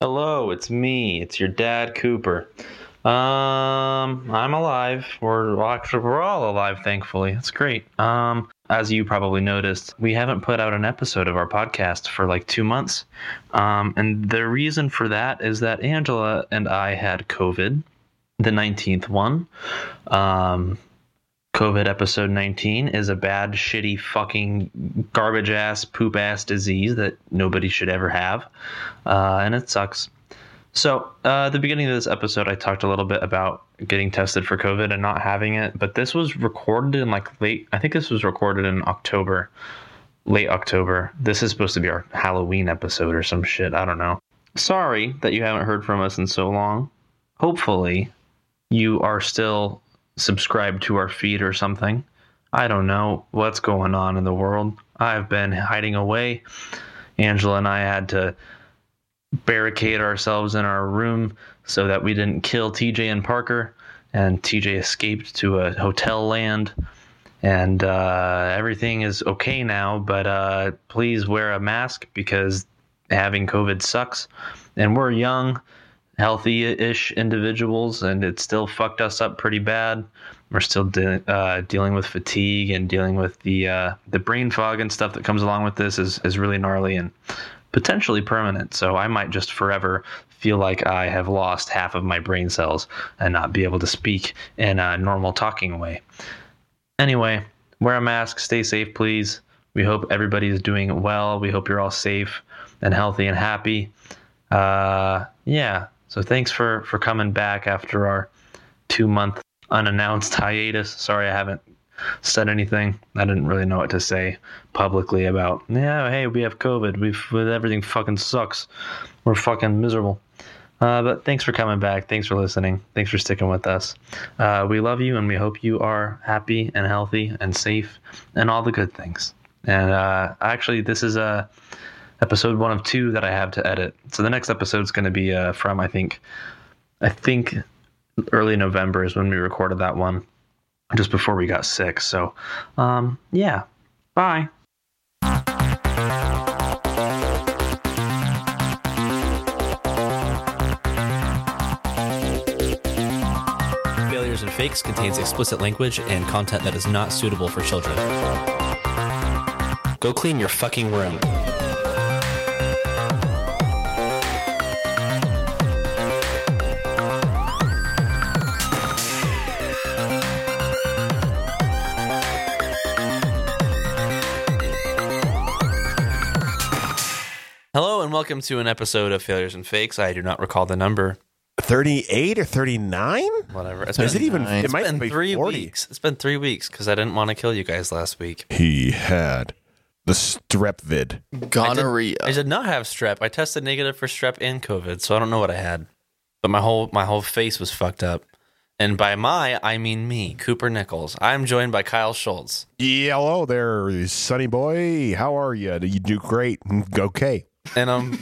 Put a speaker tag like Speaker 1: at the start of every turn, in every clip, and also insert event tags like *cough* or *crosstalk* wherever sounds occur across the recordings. Speaker 1: Hello, it's me. It's your dad, Cooper. Um, I'm alive. We're well, actually we're all alive, thankfully. That's great. Um, as you probably noticed, we haven't put out an episode of our podcast for like two months. Um, and the reason for that is that Angela and I had COVID, the 19th one. Um, COVID episode 19 is a bad, shitty, fucking garbage ass, poop ass disease that nobody should ever have. Uh, and it sucks. So, uh, at the beginning of this episode, I talked a little bit about getting tested for COVID and not having it, but this was recorded in like late, I think this was recorded in October, late October. This is supposed to be our Halloween episode or some shit. I don't know. Sorry that you haven't heard from us in so long. Hopefully, you are still subscribed to our feed or something. I don't know what's going on in the world. I've been hiding away. Angela and I had to barricade ourselves in our room so that we didn't kill TJ and Parker. And TJ escaped to a hotel land. And uh, everything is okay now, but uh, please wear a mask because having COVID sucks. And we're young, healthy ish individuals, and it still fucked us up pretty bad. We're still de- uh, dealing with fatigue and dealing with the uh, the brain fog and stuff that comes along with this is, is really gnarly. And potentially permanent. So I might just forever feel like I have lost half of my brain cells and not be able to speak in a normal talking way. Anyway, wear a mask, stay safe, please. We hope everybody is doing well. We hope you're all safe and healthy and happy. Uh, yeah. So thanks for for coming back after our two month unannounced hiatus. Sorry, I haven't said anything. I didn't really know what to say publicly about, yeah, hey, we have COVID. We've with everything fucking sucks. We're fucking miserable. Uh, but thanks for coming back. Thanks for listening. Thanks for sticking with us. Uh, we love you and we hope you are happy and healthy and safe and all the good things. And uh, actually, this is a episode one of two that I have to edit. So the next episode's going to be uh, from I think I think early November is when we recorded that one just before we got sick. So, um, yeah. Bye.
Speaker 2: Failures and Fakes contains explicit language and content that is not suitable for children. Go clean your fucking room. Hello and welcome to an episode of Failures and Fakes. I do not recall the number.
Speaker 3: 38 or 39?
Speaker 2: Whatever. It's
Speaker 3: Is it even? It
Speaker 2: It's
Speaker 3: might
Speaker 2: been
Speaker 3: be
Speaker 2: three
Speaker 3: 40.
Speaker 2: weeks. It's been three weeks because I didn't want to kill you guys last week.
Speaker 3: He had the strep vid.
Speaker 4: gonorrhea.
Speaker 2: I did not have strep. I tested negative for strep and COVID, so I don't know what I had. But my whole my whole face was fucked up. And by my, I mean me, Cooper Nichols. I'm joined by Kyle Schultz.
Speaker 3: Yeah, hello there, Sonny boy. How are you? You do great. Okay.
Speaker 2: And I'm,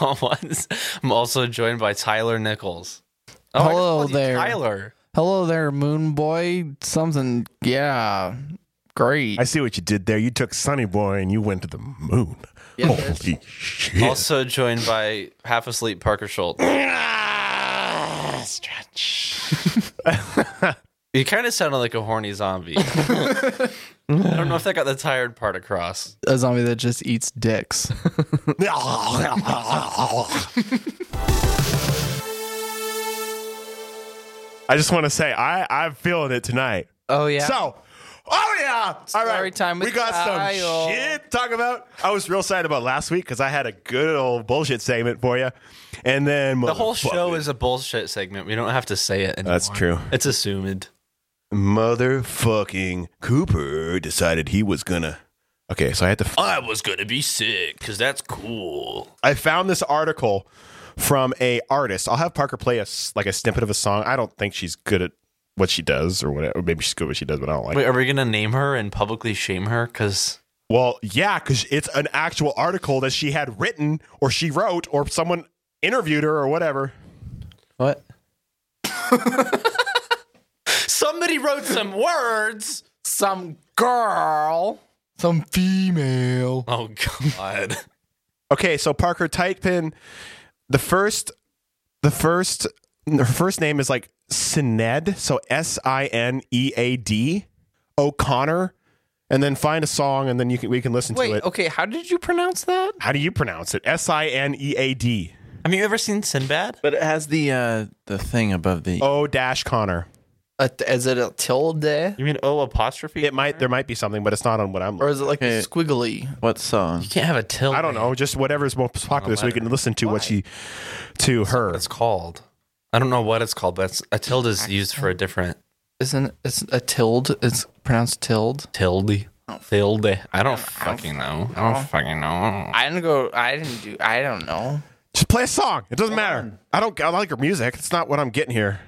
Speaker 2: *laughs* I'm also joined by Tyler Nichols. Oh, I
Speaker 4: Hello
Speaker 2: called you
Speaker 4: there.
Speaker 2: Tyler.
Speaker 4: Hello there, Moon Boy. Something, yeah, great.
Speaker 3: I see what you did there. You took Sonny boy and you went to the moon.
Speaker 4: Yeah,
Speaker 3: Holy shit.
Speaker 2: Also joined by half asleep Parker Schultz.
Speaker 3: Ah, *laughs* stretch. *laughs*
Speaker 2: You kind of sounded like a horny zombie. *laughs* I don't know if that got the tired part across.
Speaker 4: A zombie that just eats dicks.
Speaker 3: I just want to say I I'm feeling it tonight.
Speaker 4: Oh yeah.
Speaker 3: So, oh yeah, all right.
Speaker 4: Story time with
Speaker 3: we got
Speaker 4: Kyle.
Speaker 3: some shit to talk about. I was real sad about last week because I had a good old bullshit segment for you, and then
Speaker 2: The whole show is a bullshit segment. We don't have to say it anymore.
Speaker 3: That's true.
Speaker 2: It's assumed.
Speaker 3: motherfucking Cooper decided he was gonna. Okay, so I had to. f-
Speaker 2: I was gonna be sick because that's cool.
Speaker 3: I found this article from a artist. I'll have Parker play us like a snippet of a song. I don't think she's good at what she does or whatever. Maybe she's good at what she does, but I don't like. it.
Speaker 2: Wait, are we gonna name her and publicly shame her? Because
Speaker 3: Well, yeah, because it's an actual article that she had written or she wrote or someone interviewed her or whatever.
Speaker 4: What?
Speaker 2: somebody wrote some words.
Speaker 4: Some girl. Some female.
Speaker 2: Oh God!
Speaker 3: Okay, so Parker type in the first the first her first name is like Sined, so S I N E A D O'Connor, and then find a song and then you can we can listen to
Speaker 2: Wait,
Speaker 3: it.
Speaker 2: okay, how did you pronounce that?
Speaker 3: How do you pronounce it? S I N E A D
Speaker 2: *laughs* Have you ever seen Sinbad?
Speaker 5: But it has the uh, the thing above the. E.
Speaker 3: O dash Connor.
Speaker 6: A, is it a tilde?
Speaker 2: You mean O apostrophe?
Speaker 3: It might there might be something, but it's not on what I'm.
Speaker 6: Or is it like
Speaker 5: Okay.
Speaker 6: a squiggly?
Speaker 5: What song?
Speaker 2: you can't have a tilde.
Speaker 3: I don't know, just whatever's most popular, so we can listen to what she to her.
Speaker 2: It's called. I don't know what it's called, but it's, a tilde is used for a different
Speaker 6: Isn't it's a tilde? It's pronounced tilde.
Speaker 2: tilde. Tilde. I don't fucking know. I don't fucking know.
Speaker 6: I didn't go. I didn't do. I don't know.
Speaker 3: Just play a song. It doesn't matter. I don't. I don't like her music. It's not what I'm getting here.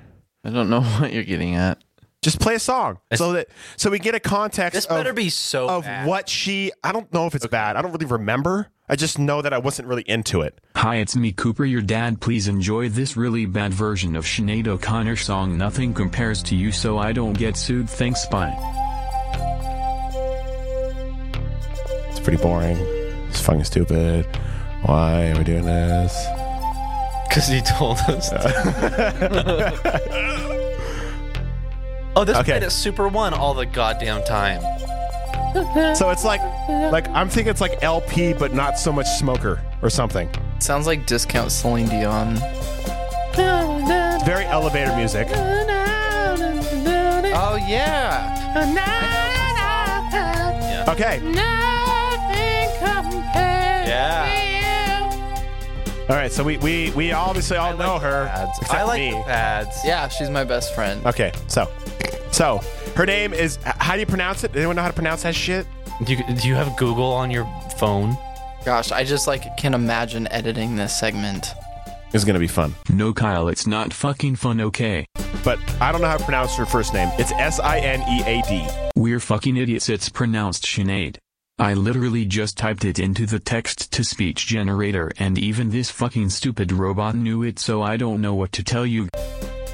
Speaker 5: I don't know *laughs* what you're getting at.
Speaker 3: Just play a song so that so we get a context.
Speaker 2: This
Speaker 3: of,
Speaker 2: better be so
Speaker 3: of
Speaker 2: bad.
Speaker 3: what she I don't know if it's bad. I don't really remember. I just know that I wasn't really into it.
Speaker 7: Hi, it's me, Cooper, your dad. Please enjoy this really bad version of Sinead O'Connor song Nothing Compares to You So I Don't Get Sued. Thanks, bye.
Speaker 3: It's pretty boring. It's fucking stupid. Why are we doing this?
Speaker 2: Because he told *laughs* us. oh, this
Speaker 3: Okay.
Speaker 2: played at Super One all the goddamn time.
Speaker 3: So it's like like I'm thinking it's like LP but not so much smoker or something.
Speaker 6: Sounds like discount Celine Dion.
Speaker 3: It's very elevator music.
Speaker 6: Oh yeah.
Speaker 3: Okay.
Speaker 2: Yeah.
Speaker 3: All right, so we we, we obviously all know her.
Speaker 2: Pads.
Speaker 3: except
Speaker 2: I like
Speaker 3: me.
Speaker 2: the pads.
Speaker 6: Yeah, she's my best friend.
Speaker 3: Okay, so so her name is h- how do you pronounce it? Anyone know how to pronounce that shit?
Speaker 2: Do you, do you have Google on your phone?
Speaker 6: Gosh, I just like can imagine editing this segment.
Speaker 3: It's gonna be fun.
Speaker 7: No, Kyle, it's not fucking fun, okay?
Speaker 3: But I don't know how to pronounce her first name. It's S I N E A D.
Speaker 7: We're fucking idiots, it's pronounced Sinead. I literally just typed it into the text to speech generator, and even this fucking stupid robot knew it, so I don't know what to tell you.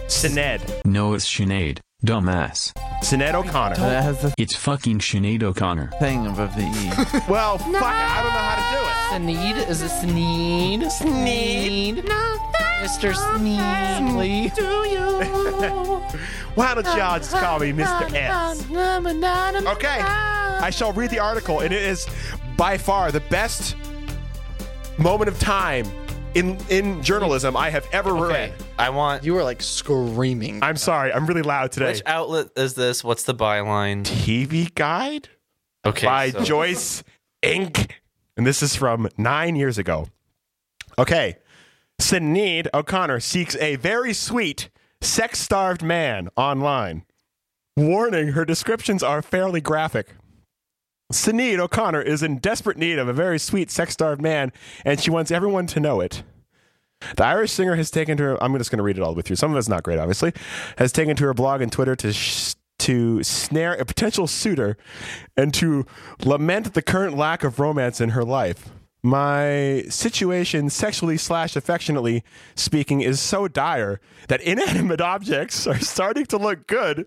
Speaker 3: Sined.
Speaker 7: No, it's Sinead, dumbass.
Speaker 3: Sined O'Connor.
Speaker 5: But it has the
Speaker 7: It's fucking Sinead O'Connor.
Speaker 5: thing above the E.
Speaker 3: Well, fuck it. I don't know how to do it.
Speaker 6: Sneed is it Sneed? Sneed. Mr. Sneed, please.
Speaker 3: Why don't y'all just call me Mr. S? Okay. I shall read the article, and it is by far the best moment of time in in journalism I have ever read.
Speaker 2: I want.
Speaker 6: You were like screaming.
Speaker 3: I'm sorry, I'm really loud today.
Speaker 2: Which outlet is this? What's the byline?
Speaker 3: TV Guide
Speaker 2: Okay.
Speaker 3: by
Speaker 2: so-
Speaker 3: Joyce Inc. And this is from nine years ago. Okay. Sinead O'Connor seeks a very sweet, sex starved man online. Warning her descriptions are fairly graphic. Sinead O'Connor is in desperate need of a very sweet, sex starved man, and she wants everyone to know it. The Irish singer has taken to her. I'm just going to read it all the way through. Some of it's not great, obviously. Has taken to her blog and Twitter to sh- to snare a potential suitor and to lament the current lack of romance in her life. My situation, sexually slash affectionately speaking, is so dire that inanimate objects are starting to look good,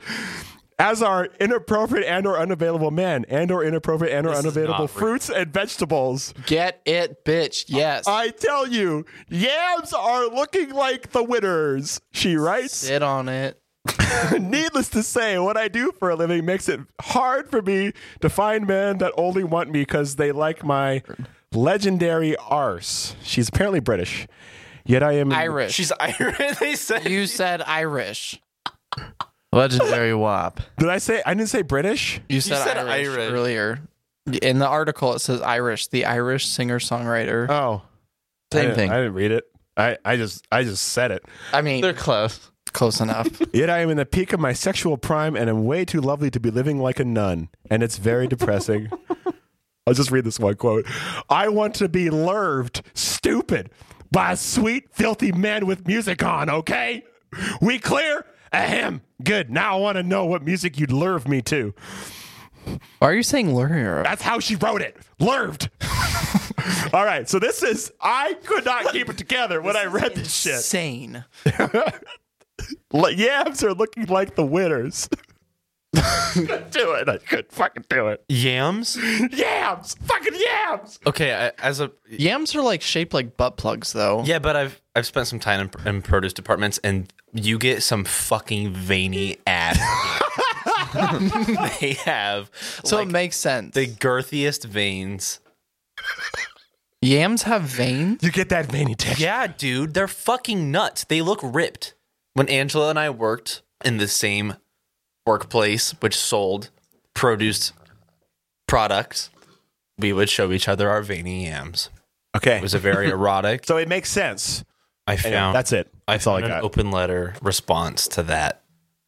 Speaker 3: as are inappropriate and or unavailable men, and or inappropriate and or
Speaker 2: This is
Speaker 3: unavailable
Speaker 2: not real.
Speaker 3: fruits and vegetables.
Speaker 6: Get it, bitch. Yes.
Speaker 3: I tell you, yams are looking like the winners, she writes.
Speaker 6: Sit on it.
Speaker 3: *laughs* Needless to say, what I do for a living makes it hard for me to find men that only want me because they like my legendary arse. She's apparently British. Yet I am
Speaker 6: Irish.
Speaker 2: She's Irish. *laughs* They said.
Speaker 6: you said Irish.
Speaker 5: Legendary WAP.
Speaker 3: Did I say I didn't say British?
Speaker 6: You said,
Speaker 2: said
Speaker 6: Irish,
Speaker 2: Irish.
Speaker 6: earlier. In the article, it says Irish, the Irish singer songwriter.
Speaker 3: Oh, I
Speaker 5: Same
Speaker 3: didn't-
Speaker 5: thing.
Speaker 3: I didn't read it. I, I just I just said it.
Speaker 6: I mean,
Speaker 5: They're close.
Speaker 6: close enough.
Speaker 3: Yet I am in the peak of my sexual prime and am way too lovely to be living like a nun. And it's very depressing. *laughs* I'll just read this one quote I want to be lurved, stupid, by a sweet, filthy man with music on, okay? We clear? Ahem. Good. Now I want to know what music you'd lurve me to.
Speaker 6: Why are you saying lure?
Speaker 3: That's how she wrote it. Lurved. *laughs* All right. So this is, I could not keep it together when I read this shit.
Speaker 6: Insane.
Speaker 3: L- yams are looking like the winners. *laughs* do it. I couldn't fucking do it.
Speaker 2: Yams?
Speaker 3: Yams! Fucking yams!
Speaker 2: Okay, I, as a
Speaker 6: Yams are like shaped like butt plugs, though.
Speaker 2: yeah, but I've I've spent some time in, in produce departments, and you get some fucking veiny *laughs* ass. they have
Speaker 6: So
Speaker 2: like,
Speaker 6: it makes sense.
Speaker 2: the girthiest veins.
Speaker 6: Yams have veins.
Speaker 3: You get that veiny texture.
Speaker 2: Yeah, dude, they're fucking nuts. They look ripped. When Angela and I worked in the same workplace, which sold produced products, we would show each other our veiny yams.
Speaker 3: Okay.
Speaker 2: It was a *laughs* very erotic.
Speaker 3: So it makes sense.
Speaker 2: I
Speaker 3: Anyway,
Speaker 2: found
Speaker 3: that's it.
Speaker 2: I
Speaker 3: That's all I
Speaker 2: found
Speaker 3: got.
Speaker 2: an open letter response to that.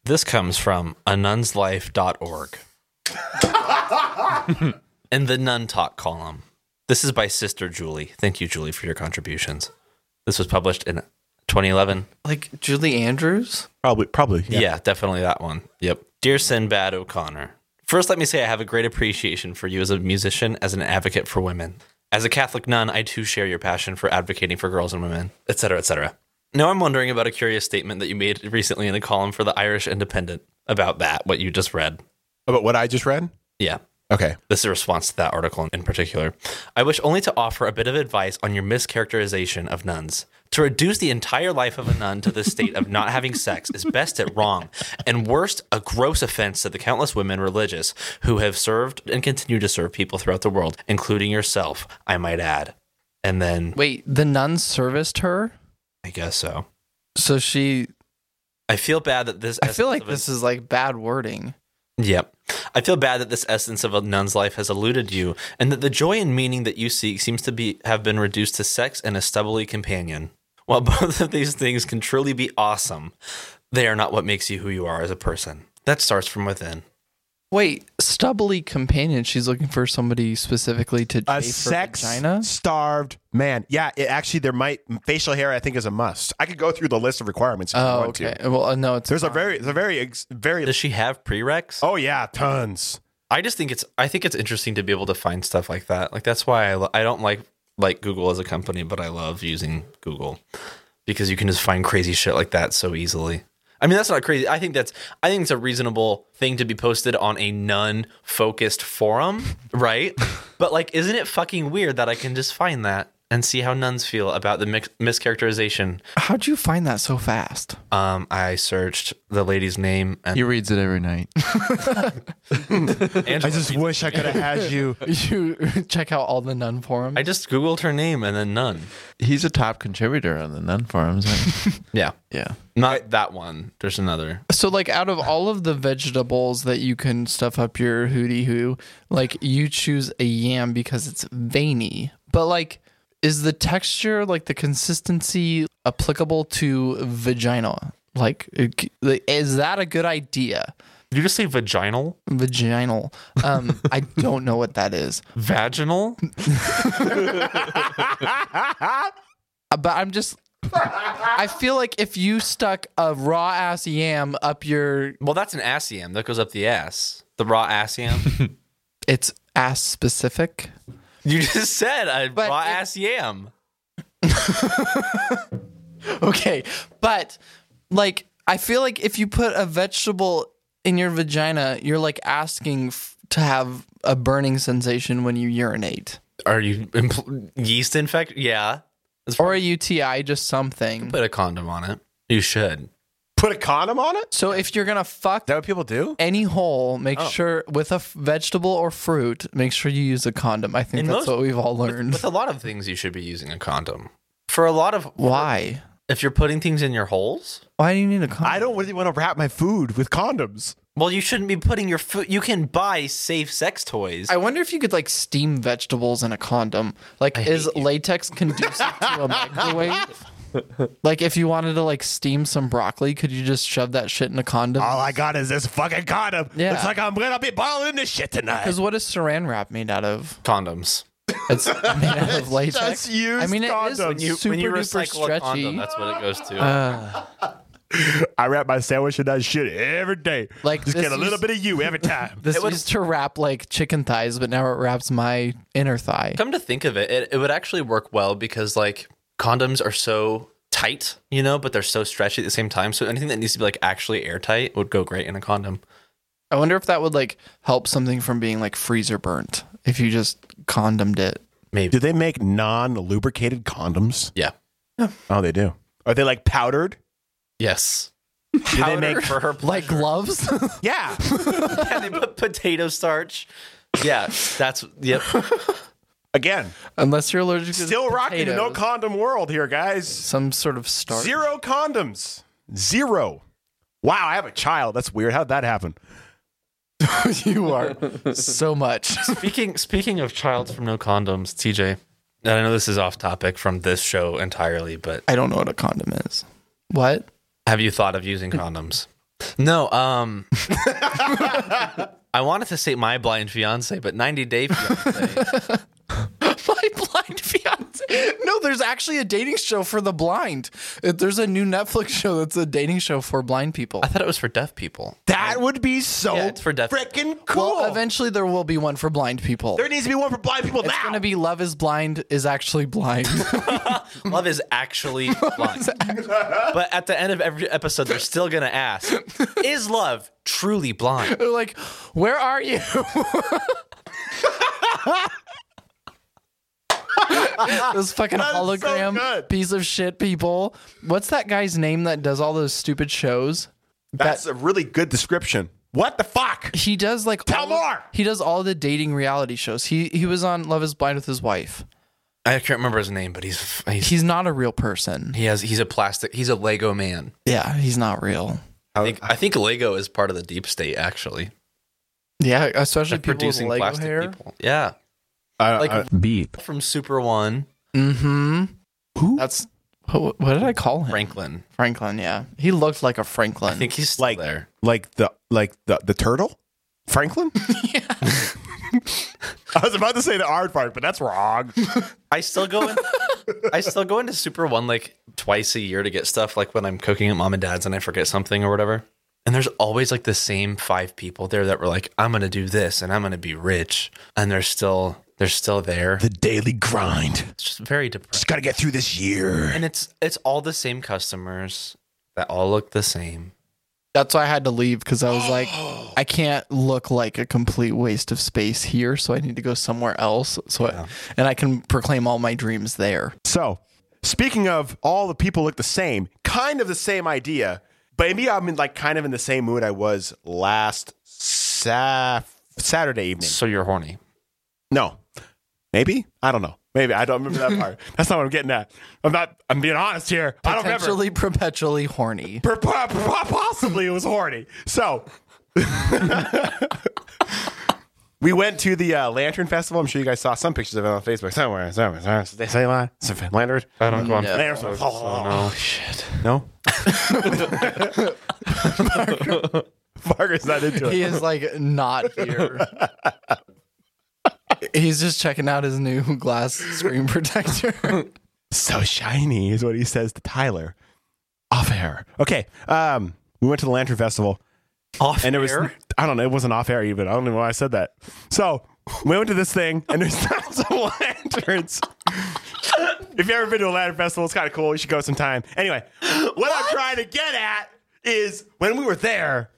Speaker 2: This comes from anunslife.org. In the Nun Talk column. This is by Sister Julie. Thank you, Julie, for your contributions. This was published in 2011.
Speaker 6: Like Julie Andrews.
Speaker 3: Probably, probably.
Speaker 2: Yeah. definitely that one. Yep. Dear Sinbad O'Connor, first let me say I have a great appreciation for you as a musician, as an advocate for women. As a Catholic nun, I too share your passion for advocating for girls and women, etc., etc. Now I'm wondering about a curious statement that you made recently in a column for the Irish Independent about that, what you just read.
Speaker 3: About what I just read?
Speaker 2: Yeah.
Speaker 3: Okay.
Speaker 2: This is a response to that article in particular. I wish only to offer a bit of advice on your mischaracterization of nuns. To reduce the entire life of a nun to the state of not having sex is best at wrong, and worst, a gross offense to the countless women religious who have served and continue to serve people throughout the world, including yourself, I might add. And then
Speaker 6: Wait, the nuns serviced her,
Speaker 2: I guess so.
Speaker 6: so she.
Speaker 2: I feel bad that this.
Speaker 6: I feel like
Speaker 2: essence of an-
Speaker 6: this is like bad wording.
Speaker 2: Yep. I feel bad that this essence of a nun's life has eluded you, and that the joy and meaning that you seek seems to be have been reduced to sex and a stubbly companion. While *laughs* both of these things can truly be awesome, they are not what makes you who you are as a person. That starts from within.
Speaker 6: Wait, stubbly companion. She's looking for somebody specifically to
Speaker 3: A
Speaker 6: chafe her
Speaker 3: sex
Speaker 6: vagina.
Speaker 3: starved man. Yeah, it actually there might facial hair I think is a must. I could go through the list of requirements if you
Speaker 6: Oh,
Speaker 3: want
Speaker 6: okay.
Speaker 3: to.
Speaker 6: Well, uh, no, it's
Speaker 3: There's a very there's a very ex- very
Speaker 2: Does she have prereqs?
Speaker 3: Oh yeah, tons.
Speaker 2: I just think it's I think it's interesting to be able to find stuff like that. Like that's why I lo- I don't like like Google as a company, but I love using Google because you can just find crazy shit like that so easily. I mean, that's not crazy. I think that's I think it's a reasonable thing to be posted on a nun focused forum, *laughs* right? but like isn't it fucking weird that I can just find that and see how nuns feel about the mix- mischaracterization?
Speaker 6: How'd you find that so fast?
Speaker 2: Um I searched the lady's name and
Speaker 5: *laughs* He reads it every night.
Speaker 3: I just wish I could have had you.
Speaker 6: *laughs* You check out all the nun forums.
Speaker 2: I just googled her name and then nun.
Speaker 5: *laughs* He's a top contributor on the Nun forums. *laughs* right?
Speaker 2: Yeah.
Speaker 5: yeah.
Speaker 2: Not that one. There's another.
Speaker 6: So, like, out of all of the vegetables that you can stuff up your hootie hoo, like, you choose a yam because it's veiny. But, like, is the texture, like, the consistency applicable to vagina? Like, it- is that a good idea?
Speaker 2: Did you just say vaginal?
Speaker 6: Vaginal. Um, I don't know what that is.
Speaker 2: Vaginal?
Speaker 6: Uh, But I'm just. I feel like if you stuck a raw ass yam up your,
Speaker 2: Well, that's an ass yam that goes up the ass. The raw ass yam.
Speaker 6: it's ass specific.
Speaker 2: you just said a
Speaker 6: But
Speaker 2: raw
Speaker 6: it-
Speaker 2: ass yam.
Speaker 6: *laughs* Okay, but like I feel like if you put a vegetable in your vagina, you're like asking f- to have a burning sensation when you urinate
Speaker 2: Are you impl- yeast infect? Yeah.
Speaker 6: or a UTI, just something.
Speaker 2: Put a condom on it. You should.
Speaker 3: *laughs* Put a condom on it? Is
Speaker 6: So if you're gonna fuck
Speaker 3: that what people do?
Speaker 6: any hole, make sure with a f- vegetable or fruit, make sure you use a condom. I think
Speaker 2: In
Speaker 6: that's
Speaker 2: most-
Speaker 6: what we've all learned.
Speaker 2: With a lot of things, you should be using a condom. For a lot of
Speaker 6: Why?
Speaker 2: if you're putting things in your holes,
Speaker 6: Why do you need a condom?
Speaker 3: I don't really want to wrap my food with condoms.
Speaker 2: well, you shouldn't be putting your foot. You can buy safe sex toys.
Speaker 6: I wonder if you could like steam vegetables in a condom. Like, is latex conducive to
Speaker 3: *laughs*
Speaker 6: a microwave? Like, if you wanted to like steam some broccoli, could you just shove that shit in a condom?
Speaker 3: All I got is this fucking condom.
Speaker 6: Yeah.
Speaker 3: Looks like I'm gonna be bottling this shit tonight.
Speaker 6: Because what is saran wrap made out of?
Speaker 2: Condoms.
Speaker 3: *laughs*
Speaker 6: It's made out of latex.
Speaker 3: Just use
Speaker 6: I mean, it is
Speaker 3: condoms. You-
Speaker 6: super duper stretchy.
Speaker 2: that's what it goes to.
Speaker 3: I wrap my sandwich in that shit every day.
Speaker 6: Like,
Speaker 3: just
Speaker 6: this
Speaker 3: get a little
Speaker 6: used-
Speaker 3: bit of you every time.
Speaker 6: this
Speaker 2: It would-
Speaker 6: used to wrap like chicken thighs, but now it wraps my inner thigh.
Speaker 2: Come to think of it, it, it would actually work well because like condoms are so tight, you know, but they're so stretchy at the same time. So anything that needs to be like actually airtight would go great in a condom.
Speaker 6: I wonder if that would like help something from being like freezer burnt if you just condomed it.
Speaker 3: *laughs*
Speaker 2: Maybe.
Speaker 3: Do they make non-lubricated condoms?
Speaker 2: Yeah.
Speaker 3: Oh, they do. Are they like powdered?
Speaker 2: Yes.
Speaker 3: Do they make
Speaker 2: For her
Speaker 6: Like gloves?
Speaker 3: *laughs*
Speaker 6: *laughs*
Speaker 3: Yeah.
Speaker 2: yeah, they put potato starch. Yeah, that's yep.
Speaker 3: *laughs* Again,
Speaker 6: Unless you're allergic to
Speaker 3: still rocking the no
Speaker 6: potatoes.
Speaker 3: condom world here, guys.
Speaker 6: some sort of starch.
Speaker 3: Zero condoms. Zero. Wow, I have a child. That's weird. How'd that happen?
Speaker 6: you are so *laughs* much.
Speaker 2: *laughs* Speaking speaking of child from no condoms, TJ. And I know this is off topic from this show entirely, but
Speaker 6: I don't know what a condom is. What?
Speaker 2: have you thought of using condoms? No, um *laughs* I wanted to say my blind fiance, but 90 day fiance.
Speaker 6: *laughs* My blind fiance. No, there's actually a dating show for the blind. It- There's a new Netflix show that's a dating show for blind people.
Speaker 2: I thought it was for deaf people.
Speaker 3: That would be so
Speaker 2: Yeah, it's for deaf-
Speaker 3: freaking cool.
Speaker 6: Well, eventually there will be one for blind people.
Speaker 3: there needs to be one for blind people
Speaker 6: It's
Speaker 3: now.
Speaker 6: gonna be Love Is Blind is actually blind. *laughs*
Speaker 2: Love is actually blind. but at the end of every episode, they're still going to ask Is love truly blind?
Speaker 6: They're like, where are you? Those fucking
Speaker 3: That is so
Speaker 6: hologram
Speaker 3: good.
Speaker 6: piece of shit people. What's that guy's name that does all those stupid shows?
Speaker 3: That's a really good description. What the fuck?
Speaker 6: He does like
Speaker 3: Tell
Speaker 6: all,
Speaker 3: more!
Speaker 6: He does all the dating reality shows. He he was on Love Is Blind with his wife.
Speaker 2: I can't remember his name, but he's, he's
Speaker 6: He's not a real person.
Speaker 2: He has he's a plastic he's a Lego man.
Speaker 6: Yeah, he's not real.
Speaker 2: I think I think Lego is part of the deep state actually.
Speaker 6: Yeah, especially
Speaker 2: They're
Speaker 6: people
Speaker 2: producing
Speaker 6: with Lego
Speaker 2: plastic
Speaker 6: hair.
Speaker 2: people. Yeah.
Speaker 3: Uh,
Speaker 2: Like
Speaker 3: uh,
Speaker 7: Beep.
Speaker 2: from Super One,
Speaker 6: Mm-hmm.
Speaker 7: Who?
Speaker 6: That's what, what did I call him?
Speaker 2: Franklin.
Speaker 6: Franklin. Yeah, he looked like a Franklin.
Speaker 2: I think he's still
Speaker 3: like
Speaker 2: there.
Speaker 3: like the like the the turtle,
Speaker 6: *laughs*
Speaker 3: Franklin. *laughs* I was about to say the hard part, but that's wrong.
Speaker 2: I still go in I still go into Super One like twice a year to get stuff like when I'm cooking at mom and dad's and I forget something or whatever. And there's always like the same five people there that were like, I'm gonna do this and I'm gonna be rich. And they're still they're still there.
Speaker 3: The daily grind.
Speaker 2: It's just very depressing.
Speaker 3: Just gotta get through this year.
Speaker 2: And it's it's all the same customers that all look the same.
Speaker 6: That's why I had to leave because I was like,
Speaker 3: Oh.
Speaker 6: I can't look like a complete waste of space here, so I need to go somewhere else. So, I, and I can proclaim all my dreams there.
Speaker 3: So, speaking of all the people look the same, kind of the same idea, but maybe I'm in like kind of in the same mood I was last sa- Saturday evening.
Speaker 2: So you're horny.
Speaker 3: No, maybe I don't know. Maybe I don't remember that part. That's not what I'm getting at. I'm not. I'm being honest here. I don't remember.
Speaker 6: Potentially, perpetually horny.
Speaker 3: Per- po- po- possibly it was horny. So *laughs* we went to the uh, Lantern Festival. I'm sure you guys saw some pictures of it on Facebook somewhere. Somewhere. somewhere. Did They say line. Lantern.
Speaker 2: I don't go on
Speaker 3: Lantern. Oh, shit. No.
Speaker 2: *laughs*
Speaker 3: *laughs* Parker's not into it.
Speaker 6: *laughs* He is like not here.
Speaker 3: *laughs*
Speaker 6: He's just checking out his new glass screen
Speaker 3: *laughs*
Speaker 6: protector.
Speaker 3: so shiny is what he says to Tyler. Off air. Okay. Um, we went to the Lantern Festival.
Speaker 2: off
Speaker 3: *laughs* and it was I don't know, it wasn't off air even. I don't know why I said that. So we went to this thing and there's *laughs* tons of lanterns. if you've ever been to a lantern festival, it's kind of cool. You should go sometime. Anyway, what, I'm trying to get at is when we were there,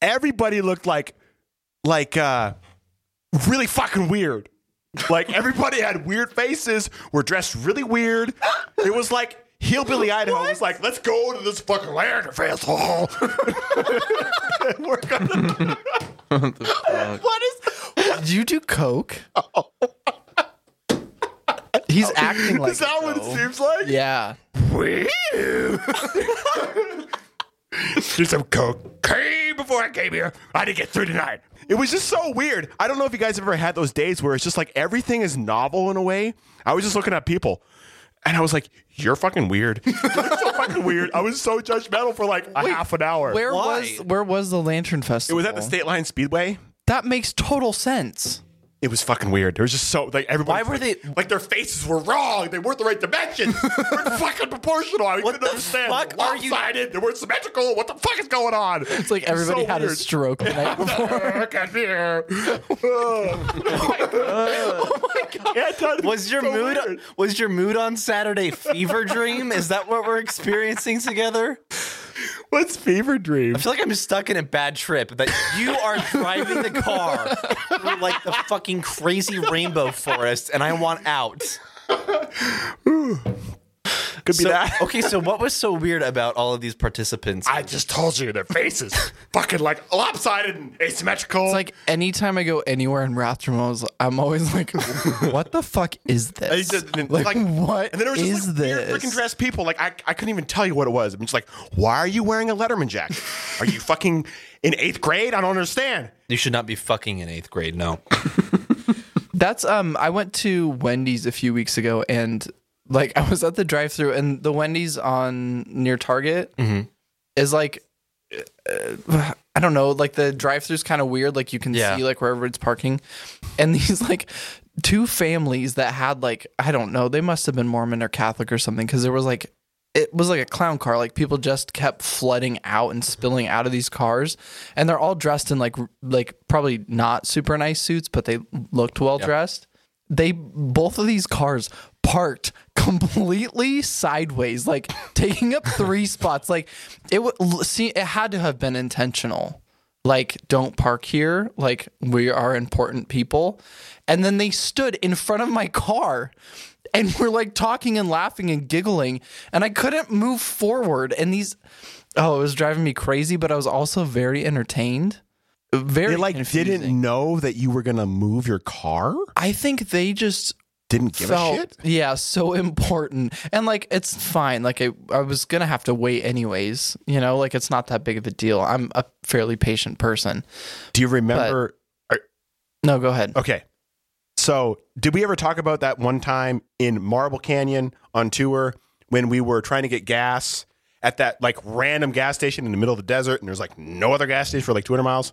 Speaker 3: everybody looked like like uh really fucking weird. Like everybody had weird faces, were dressed really weird. It was like hillbilly Idaho was like, let's go to this fucking lantern festival. we're gonna
Speaker 6: what is? Did you do coke?
Speaker 3: *laughs*
Speaker 6: He's acting
Speaker 3: *laughs*
Speaker 6: like
Speaker 3: Is that
Speaker 6: it,
Speaker 3: what it
Speaker 6: though.
Speaker 3: seems like?
Speaker 6: Yeah.
Speaker 3: *laughs* There's some cocaine before I came here. I didn't get through tonight. It was just so weird. I don't know if you guys have ever had those days where it's just like everything is novel in a way. I was just looking at people and I was like, you're fucking weird. *laughs* You're so fucking weird. I was so judgmental for like a half an hour.
Speaker 6: Where Oh. was where was the Lantern
Speaker 3: it
Speaker 6: Festival?
Speaker 3: was at the State Line Speedway.
Speaker 6: That makes total sense.
Speaker 3: It was fucking weird. There was just so like everybody.
Speaker 2: Why were
Speaker 3: like,
Speaker 2: they-
Speaker 3: like their faces were wrong? They weren't the right dimensions. they weren't fucking proportional. I couldn't
Speaker 2: the
Speaker 3: understand.
Speaker 2: fuck are you-
Speaker 3: Lopsided. They weren't symmetrical. What the fuck is going on?
Speaker 6: It's like everybody had
Speaker 3: *laughs*
Speaker 6: a
Speaker 3: weird.
Speaker 6: stroke the night before.
Speaker 3: Look at here. oh my god. Yeah, Todd,
Speaker 2: was your
Speaker 3: so
Speaker 2: mood
Speaker 3: weird.
Speaker 2: was your mood on Saturday fever dream? Is that what we're experiencing together?
Speaker 3: What's fever dream?
Speaker 2: I feel like I'm stuck in a bad trip. That you are driving the car through like the fucking crazy rainbow forest, and I want out.
Speaker 3: Could be
Speaker 2: So-
Speaker 3: that.
Speaker 2: okay, so what was so weird about all of these participants?
Speaker 3: I just told you their faces *laughs* fucking like lopsided and asymmetrical.
Speaker 6: It's like anytime I go anywhere in Rathdrum, I was, I'm
Speaker 3: *laughs*
Speaker 6: always like, what the fuck is
Speaker 3: And he
Speaker 6: this?
Speaker 3: said- and,
Speaker 6: like, what
Speaker 3: And then it was
Speaker 6: is
Speaker 3: just like weird
Speaker 6: this?
Speaker 3: freaking dressed people. Like I, I couldn't even tell you what it was. I'm just like, why are you wearing a Letterman jacket? are you fucking in eighth grade? I don't understand.
Speaker 2: you should not be fucking in eighth grade. No,
Speaker 6: That's um I went to Wendy's a few weeks ago and like *laughs* I was at the drive through and the Wendy's on near Target
Speaker 3: Mm-hmm.
Speaker 6: is like uh, I don't know, like the drive through's kind of weird like you can
Speaker 2: Yeah.
Speaker 6: see like wherever it's parking and these like two families that had like I don't know, they must have been Mormon or Catholic or something cuz there was like it was like a clown car like people just kept flooding out and spilling out of these cars and they're all dressed in like like probably not super nice suits but they looked well dressed they both of these cars parked *laughs* completely sideways like taking up three spots like it would see it had to have been intentional like don't park here like we are important people and then they stood in front of my car and *laughs* were like talking and laughing and giggling and i couldn't move forward and these oh it was driving me crazy but i was also very entertained very
Speaker 3: They like
Speaker 6: confusing.
Speaker 3: didn't know that you were gonna move your car.
Speaker 6: i think they just
Speaker 3: Didn't give
Speaker 6: felt
Speaker 3: a shit.
Speaker 6: yeah so *laughs* important and like it's fine like I, I was gonna have to wait anyways you know like it's not that big of a deal i'm a fairly patient person
Speaker 3: Do you remember?
Speaker 6: no go ahead
Speaker 3: okay. So did we ever talk about that one time in Marble Canyon on tour when we were trying to get gas at that like random gas station in the middle of the desert and there's like no other gas station for like 200 miles?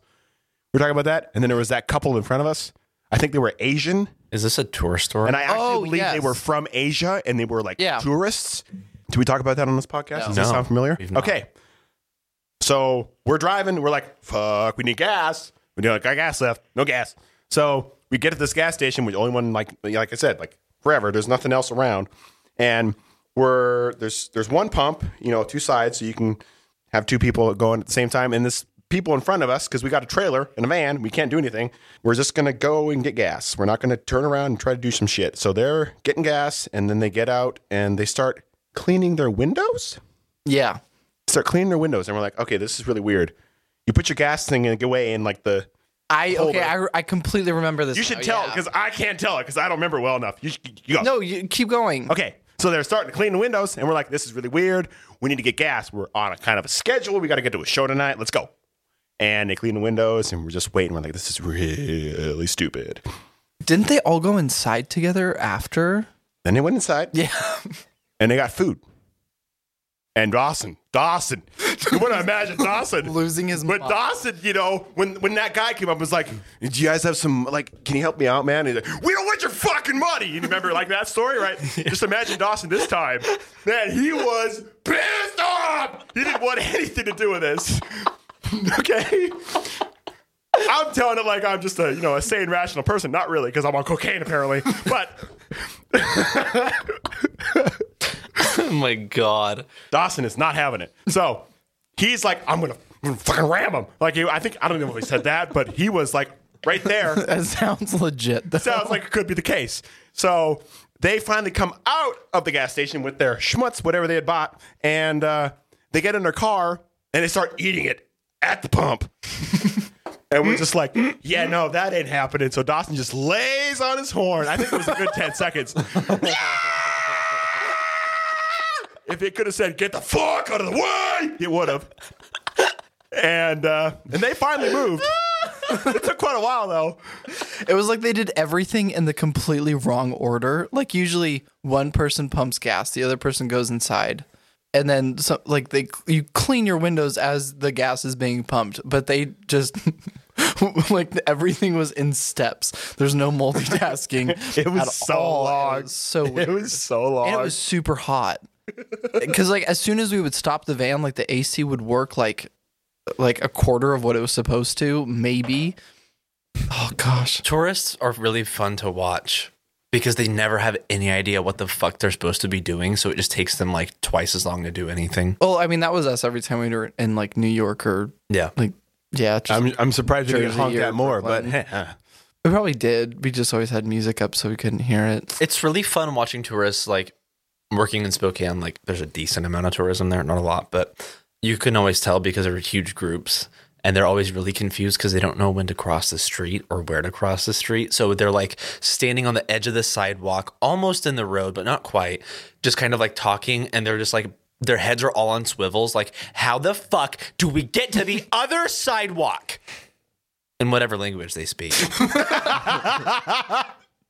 Speaker 3: We were talking about that, and then there was that couple in front of us. I think they were Asian.
Speaker 2: is this a tour story?
Speaker 3: And I actually
Speaker 6: Oh,
Speaker 3: believe they
Speaker 6: yes.
Speaker 3: were from Asia and they were like
Speaker 6: Yeah.
Speaker 3: tourists. Did we talk about that on this podcast? Does that
Speaker 2: No.
Speaker 3: sound familiar?
Speaker 2: We've not.
Speaker 3: Okay. So we're driving. We're like, fuck, we need gas. We don't got gas left. No gas. So we get to this gas station. We the only one like like I said, like forever. There's nothing else around. And we're there's there's one pump, you know, two sides, so you can have two people going at the same time. And this people in front of us, because we got a trailer and a van, we can't do anything. We're just gonna go and get gas. We're not gonna turn around and try to do some shit. So they're getting gas, and then they get out and they start cleaning their windows
Speaker 6: yeah
Speaker 3: start cleaning their windows and we're like okay this is really weird you put your gas thing in away in like the
Speaker 6: i
Speaker 3: Hold
Speaker 6: okay I, I completely remember this
Speaker 3: you should
Speaker 6: now,
Speaker 3: tell
Speaker 6: Oh, yeah.
Speaker 3: because i can't tell it because i don't remember well enough you, sh- you go
Speaker 6: no you keep going
Speaker 3: okay so they're starting to clean the windows and we're like this is really weird we need to get gas we're on a kind of a schedule we got to get to a show tonight let's go and they clean the windows and we're just waiting we're like this is really stupid
Speaker 6: didn't they all go inside together after
Speaker 3: then they went inside
Speaker 6: yeah *laughs*
Speaker 3: and they got food and Dawson,
Speaker 6: *laughs*
Speaker 3: Dawson, you want to imagine Dawson
Speaker 6: Losing his
Speaker 3: But
Speaker 6: mind.
Speaker 3: Dawson, you know, when when that guy came up, and was like, "Do you guys have some? Like, can you help me out, man?" And he's like, "We don't want your fucking money." You remember like that story, right? Just imagine Dawson this time. Man, he was pissed off. He didn't want anything to do with this. *laughs* okay. I'm telling it like I'm just a you know a sane, rational person. Not really, because I'm on cocaine apparently. But
Speaker 2: oh my god!
Speaker 3: Dawson is not having it. So he's like, I'm gonna, I'm gonna fucking ram him. Like he, I think I don't know if he said that, but he was like right there.
Speaker 6: that sounds legit though.
Speaker 3: Sounds like it could be the case. So they finally come out of the gas station with their schmutz, whatever they had bought, and uh, they get in their car and they start eating it at the pump. *laughs* And we're just like, yeah, no, that ain't happening. So Dawson just lays on his horn. I think it was a good 10 seconds. *laughs* if it could have said, get the fuck out of the way, it would have. And uh, and they finally moved. *laughs* it took quite a while though.
Speaker 6: It was like they did everything in the completely wrong order. Like usually one person pumps gas, the other person goes inside. And then so, like they you clean your windows as the gas is being pumped, but they just *laughs* like everything was in steps. There's no multitasking.
Speaker 3: *laughs* It was
Speaker 6: at
Speaker 3: so
Speaker 6: all.
Speaker 3: long.
Speaker 6: It was so weird.
Speaker 3: It was so long.
Speaker 6: And it was super hot. *laughs* Cuz like as soon as we would stop the van, like the AC would work like like a quarter of what it was supposed to, maybe. Oh gosh.
Speaker 2: Tourists are really fun to watch. because they never have any idea what the fuck they're supposed to be doing. So it just takes them like twice as long to do anything.
Speaker 6: Well, I mean, that was us every time we were in like New York or
Speaker 2: Yeah.
Speaker 6: like yeah. just-
Speaker 3: I'm I'm surprised we didn't
Speaker 6: Jersey
Speaker 3: honk
Speaker 6: or
Speaker 3: that more, but
Speaker 6: Brooklyn. we probably did. We just always had music up so we couldn't hear
Speaker 2: *laughs*
Speaker 6: it.
Speaker 2: It's really fun watching tourists like working in Spokane. Like there's a decent amount of tourism there, not a lot, but you can always tell because they're huge groups and they're always really confused because they don't know when to cross the street or where to cross the street. So they're like standing on the edge of the sidewalk, almost in the road, but not quite, just kind of like talking and they're just like their heads are all on swivels like how the fuck do we get to the other sidewalk? In whatever language they speak.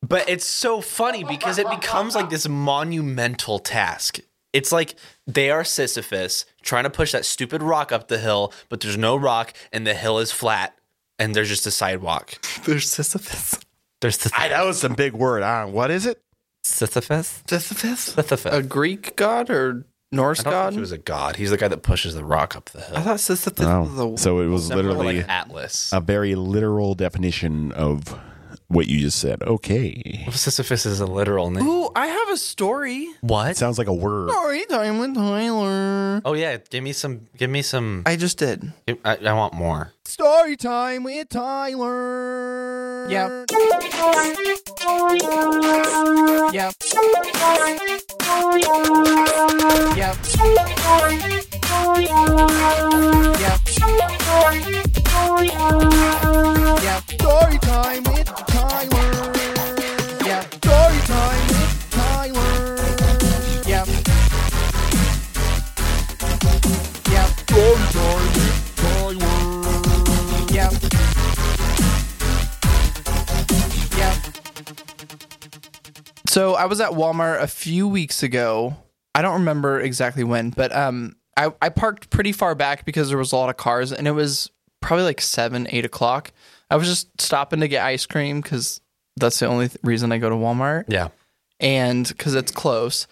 Speaker 2: But it's so funny because it becomes like this monumental task. It's like they are Sisyphus trying to push that stupid rock up the hill, but there's no rock and the hill is flat and there's just a sidewalk.
Speaker 6: There's Sisyphus.
Speaker 2: There's the
Speaker 3: I, that was some big word. Uh, what is it?
Speaker 2: Sisyphus?
Speaker 6: Sisyphus,
Speaker 2: Sisyphus.
Speaker 6: a Greek god or Norse
Speaker 2: I don't think
Speaker 6: god?
Speaker 2: he was a god. He's the guy that pushes the rock up the
Speaker 6: I
Speaker 2: hill.
Speaker 6: thought Sisyphus was a
Speaker 3: So it was
Speaker 2: Someone
Speaker 3: literally
Speaker 2: like uh, Atlas.
Speaker 3: a very literal definition of what you just said. Okay.
Speaker 2: Sisyphus is a literal name.
Speaker 6: Ooh, I have a story.
Speaker 3: It
Speaker 2: What?
Speaker 3: sounds like a word.
Speaker 6: Story time with Tyler.
Speaker 2: Oh yeah, give me some. Give me some.
Speaker 6: I just did.
Speaker 2: I, I want more.
Speaker 4: Story time with Tyler.
Speaker 6: Yeah. Yeah. Yeah. Yeah. Yeah.
Speaker 4: Story time with Tyler.
Speaker 6: Yeah.
Speaker 4: Story time with Tyler.
Speaker 6: Yeah. Yeah. Yeah. Yeah. So I was at Walmart a few weeks ago. I don't remember exactly when, but um, I, I parked pretty far back because there was a lot of cars, and it was probably like seven, eight o'clock. I was just stopping to get ice cream because that's the only th- reason I go to Walmart
Speaker 2: Yeah.
Speaker 6: and because it's close.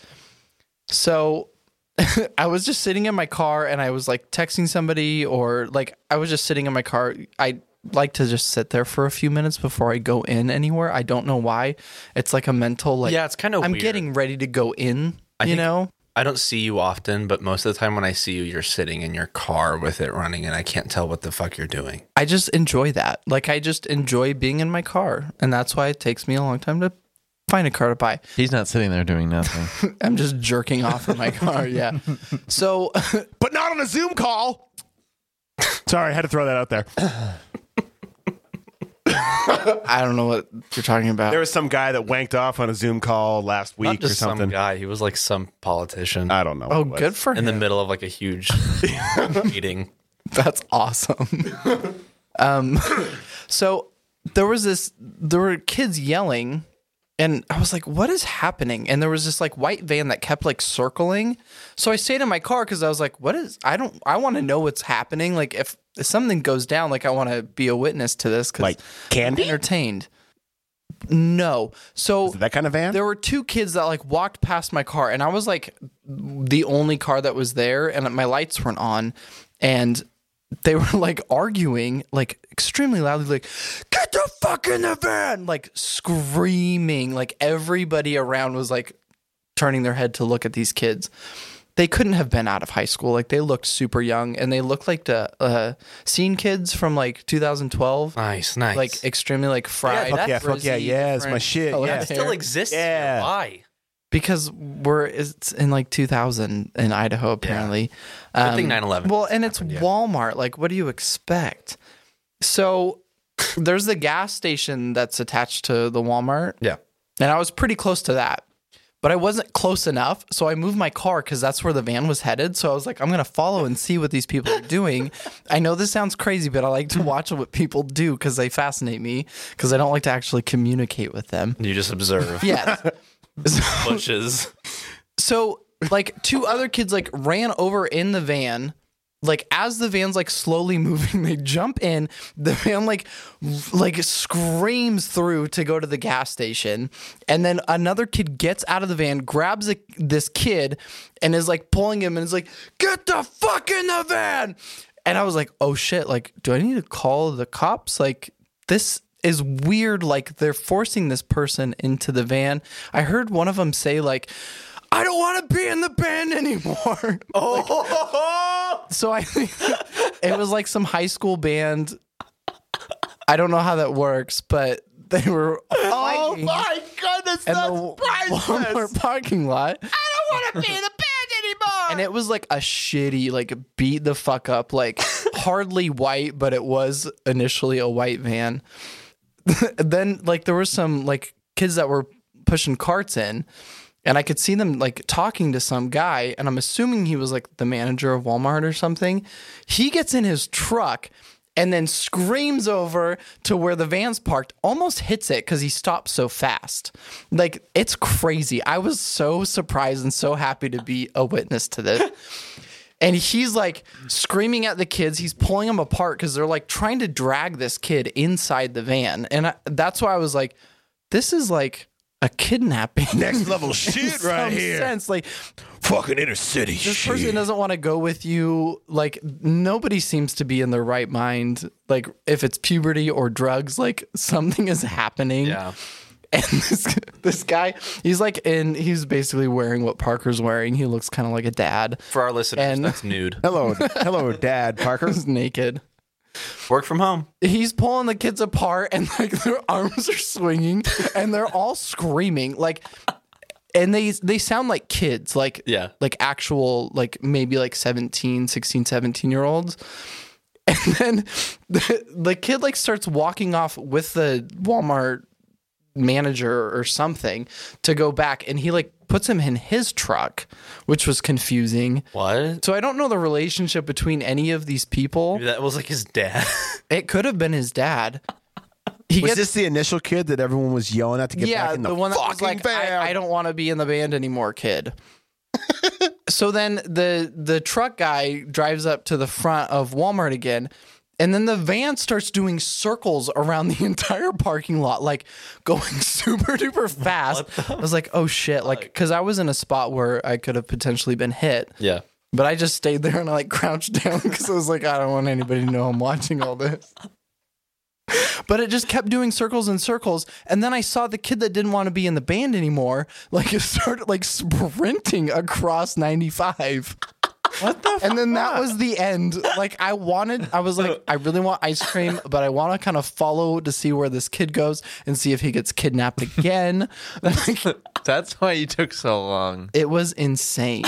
Speaker 6: So *laughs* I was just sitting in my car and I was like texting somebody, or like I was just sitting in my car. I like to just sit there for a few minutes before I go in anywhere. I don't know why. It's like a mental, like,
Speaker 2: yeah, it's kind of.
Speaker 6: I'm
Speaker 2: weird.
Speaker 6: getting ready to go in,
Speaker 2: I
Speaker 6: you
Speaker 2: think-
Speaker 6: know?
Speaker 2: I don't see you often, but most of the time when I see you, you're sitting in your car with it running, and I can't tell what the fuck you're doing.
Speaker 6: I just enjoy that. Like, I just enjoy being in my car. And that's why it takes me a long time to find a car to buy.
Speaker 5: He's not sitting there doing *laughs* nothing.
Speaker 6: I'm just jerking off in my car.
Speaker 2: *laughs*
Speaker 6: Yeah. So *laughs*
Speaker 3: But not on a Zoom call. Sorry, I had to throw that out there.
Speaker 6: *coughs* I don't know what you're talking about.
Speaker 3: There was some guy that wanked off on a Zoom call last week
Speaker 2: Not just
Speaker 3: or something.
Speaker 2: some guy; he was like some politician
Speaker 3: I don't know.
Speaker 6: Oh,
Speaker 3: what it
Speaker 6: good
Speaker 3: was.
Speaker 6: for
Speaker 2: in
Speaker 6: him.
Speaker 2: the middle of like a *laughs* huge meeting.
Speaker 6: *laughs* That's awesome. um, *coughs* so there was this, there were kids yelling, and I was like, what is happening? And there was this like white van that kept like circling. So I stayed in my car because I was like, what is, I don't, I want to know what's happening. Like, if, if something goes down, like, I want to be a witness to this because
Speaker 3: Like
Speaker 6: I'm
Speaker 3: candy?
Speaker 6: entertained. No. So
Speaker 3: Is it that kind of van?
Speaker 6: there were two kids that like walked past my car and i was like the only car that was there and my lights weren't on and they *laughs* were like arguing like extremely loudly like get the fuck in the van like screaming like everybody around was like turning their head to look at these kids they couldn't have been out of high school like they looked super young and they looked like the uh, scene kids from like 2012
Speaker 2: Nice, nice.
Speaker 6: like extremely like
Speaker 3: fuck
Speaker 6: fried
Speaker 3: yeah, fuck yeah,
Speaker 6: frizzy,
Speaker 3: yeah, it's my
Speaker 6: different
Speaker 3: shit,
Speaker 6: colored
Speaker 3: yeah.
Speaker 2: that still
Speaker 6: hair
Speaker 2: exists.
Speaker 3: Yeah.
Speaker 2: Why?
Speaker 6: because we're it's in like 2000 in Idaho apparently.
Speaker 2: Good thing 9/11
Speaker 6: Um, Well, and it's Walmart. Like, what do you expect? So there's the gas station that's attached to the Walmart,
Speaker 2: Yeah.
Speaker 6: and I was pretty close to that, but I wasn't close enough. So I moved my car because that's where the van was headed. So I was like, I'm gonna follow and see what these people are doing. I know this sounds crazy, but I like to watch what people do because they fascinate me. Because I don't like to actually communicate with them.
Speaker 2: You just observe
Speaker 6: *laughs* Yes.
Speaker 2: bushes.
Speaker 6: so like two other kids like ran over in the van like as the van's like slowly *laughs* moving they jump in the van like like screams through to go to the gas station and then another kid gets out of the van grabs a, this kid and is like pulling him and is like get the fuck in the van and i was like oh shit like do i need to call the cops like this is weird. Like they're forcing this person into the van. I heard one of them say like, "I don't want to be in the band *laughs* anymore."
Speaker 2: Oh,
Speaker 6: so I *laughs* think it was like some high school band. I don't know how that works, but they were fighting
Speaker 3: Oh my goodness,
Speaker 6: in the Walmart parking lot.
Speaker 3: want to be in the band
Speaker 6: And it was like a shitty, like beat the fuck up, like hardly white, but it was initially a white van. then like there were some like kids that were pushing carts in, and I could see them like talking to some guy, and I'm assuming he was like the manager of Walmart or something. He gets in his truck and then screams over to where the van's parked, almost hits it because he stopped so fast. Like, it's crazy. I was so surprised and so happy to be a witness to this. And he's like screaming at the kids. He's pulling them apart because they're like trying to drag this kid inside the van. And I, that's why I was like, this is like a kidnapping. *laughs*
Speaker 3: *laughs* Next level shit right
Speaker 6: Some
Speaker 3: here.
Speaker 6: sense. Like,
Speaker 3: Fucking inner city
Speaker 6: this
Speaker 3: shit.
Speaker 6: person doesn't want to go with you. Like nobody seems to be in their right mind. Like if it's puberty or drugs, like something is happening.
Speaker 2: yeah.
Speaker 6: *laughs* And this this guy, he's like in he's basically wearing what Parker's wearing. He looks kind of like a dad. *laughs*
Speaker 2: For our listeners,
Speaker 6: And-
Speaker 2: that's nude.
Speaker 3: Hello, hello, Dad
Speaker 6: *laughs*
Speaker 3: Parker.
Speaker 6: He's naked.
Speaker 2: Work from home.
Speaker 6: He's pulling the kids apart and *laughs* like their arms are swinging and they're all screaming like and they they sound like kids like
Speaker 2: Yeah.
Speaker 6: like actual like maybe like 17 16 17 year olds and then the, the kid like starts walking off with the walmart manager or something to go back and he like puts him in his truck which was confusing
Speaker 2: What?
Speaker 6: so i don't know the relationship between any of these people
Speaker 2: That was like his dad.
Speaker 6: it could have been his dad he
Speaker 8: Was
Speaker 6: gets
Speaker 8: this the initial kid that everyone was yelling at to get
Speaker 6: yeah,
Speaker 8: back in the,
Speaker 6: one that was
Speaker 8: fucking
Speaker 6: like,
Speaker 8: van?
Speaker 6: I, I don't want to be in the band anymore,
Speaker 8: *laughs*
Speaker 6: kid. so then the the truck guy drives up to the front of Walmart again, and then the van starts doing circles around the *laughs* entire parking lot, like going *laughs* super duper fast. I was like, oh shit, like because I was in a spot where I could have potentially been hit,
Speaker 2: yeah.
Speaker 6: but I just stayed there and I like crouched *laughs* down because I was like, I don't want anybody to know I'm watching all this. But it just kept doing circles and circles, and then I saw the kid that didn't want to be in the band anymore, like it started like sprinting across ninety five. What the? And then that was the end. Like I wanted, I was like, I really want ice cream, but I want to kind of follow to see where this kid goes and see if he gets kidnapped again. *laughs* Like,
Speaker 5: That's why you took so long.
Speaker 6: it was insane.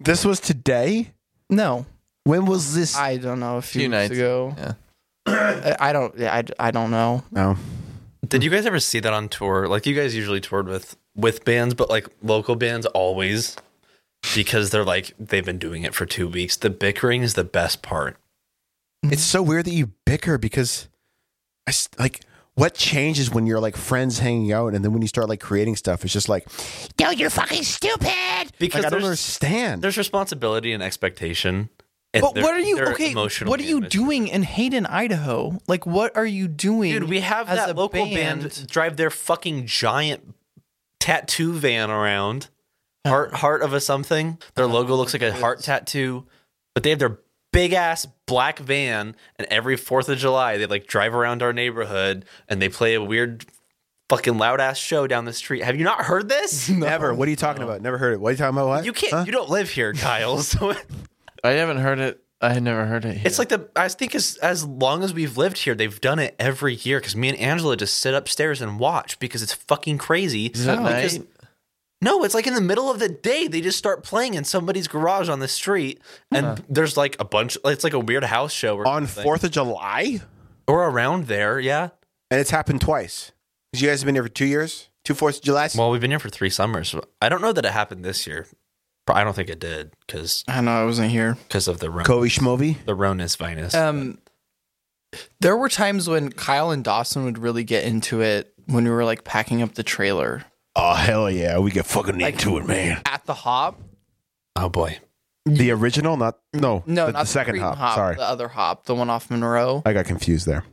Speaker 8: This was today.
Speaker 6: No,
Speaker 8: When was this?
Speaker 6: I don't know a few
Speaker 5: Few
Speaker 6: weeks
Speaker 5: nights.
Speaker 6: ago.
Speaker 5: Yeah.
Speaker 6: *clears throat* I- I don't. yeah, I, I don't know.
Speaker 8: no.
Speaker 2: Did you guys ever see that on tour? Like you guys usually toured with with bands, but like local bands always because they're like they've been doing it for 2 weeks. The bickering is the best part.
Speaker 8: It's so weird that you bicker because, I s- like, what changes when you're like friends hanging out, and then when you start like creating stuff, it's just like, yo, you're fucking stupid. Like,
Speaker 2: Because
Speaker 8: I don't
Speaker 2: there's-
Speaker 8: understand.
Speaker 2: There's responsibility and expectation. and
Speaker 6: But
Speaker 2: they're-
Speaker 6: what are you
Speaker 2: they're
Speaker 6: okay?
Speaker 2: emotional
Speaker 6: What are you
Speaker 2: damage.
Speaker 6: doing in Hayden, Idaho? Like, what are you doing?
Speaker 2: Dude, we have
Speaker 6: as a
Speaker 2: that local band.
Speaker 6: band.
Speaker 2: drive their fucking giant tattoo van around. Heart heart of a something. Their logo looks like a heart tattoo, but they have their big ass black van and every 4th of July they like drive around our neighborhood and they play a weird fucking loud ass show down the street. Have you not
Speaker 6: *laughs*
Speaker 2: heard this?
Speaker 8: Never. What are you talking about? Never heard it. What are you talking about? What?
Speaker 2: You can't
Speaker 8: Huh?
Speaker 2: you don't live here, Kyle. *laughs* So
Speaker 5: I haven't heard it. I had never heard it. Here.
Speaker 2: It's like the I think as as long as we've lived here, they've done it every year because me and Angela just sit upstairs and watch because it's fucking crazy.
Speaker 5: Is it
Speaker 2: Because-
Speaker 5: night?
Speaker 2: No, it's like in the middle of the day they just start playing in somebody's garage on the street, and there's like a bunch. It's like a weird house show or
Speaker 8: on
Speaker 2: something.
Speaker 8: Fourth of July,
Speaker 2: or around there. Yeah.
Speaker 8: and it's happened twice. 'Cause You guys have been here for two years, two Fourths of Julys.
Speaker 2: Well, we've been here for three summers. so I don't know that it happened this year. Pro- I don't think it did because
Speaker 6: I know I wasn't here.
Speaker 2: of the Ron-
Speaker 8: Kobe Schmovy.
Speaker 2: the Ronus Vinus.
Speaker 6: Um, there were times when Kyle and Dawson would really get into it when we were like packing up the trailer
Speaker 8: Oh hell yeah, we get fucking into it, man.
Speaker 6: at the hop.
Speaker 2: oh boy.
Speaker 8: The original, not no,
Speaker 6: No,
Speaker 8: the,
Speaker 6: not
Speaker 8: the second
Speaker 6: Cretan
Speaker 8: hop. Sorry,
Speaker 6: the other hop, the one off Monroe.
Speaker 8: I got confused there.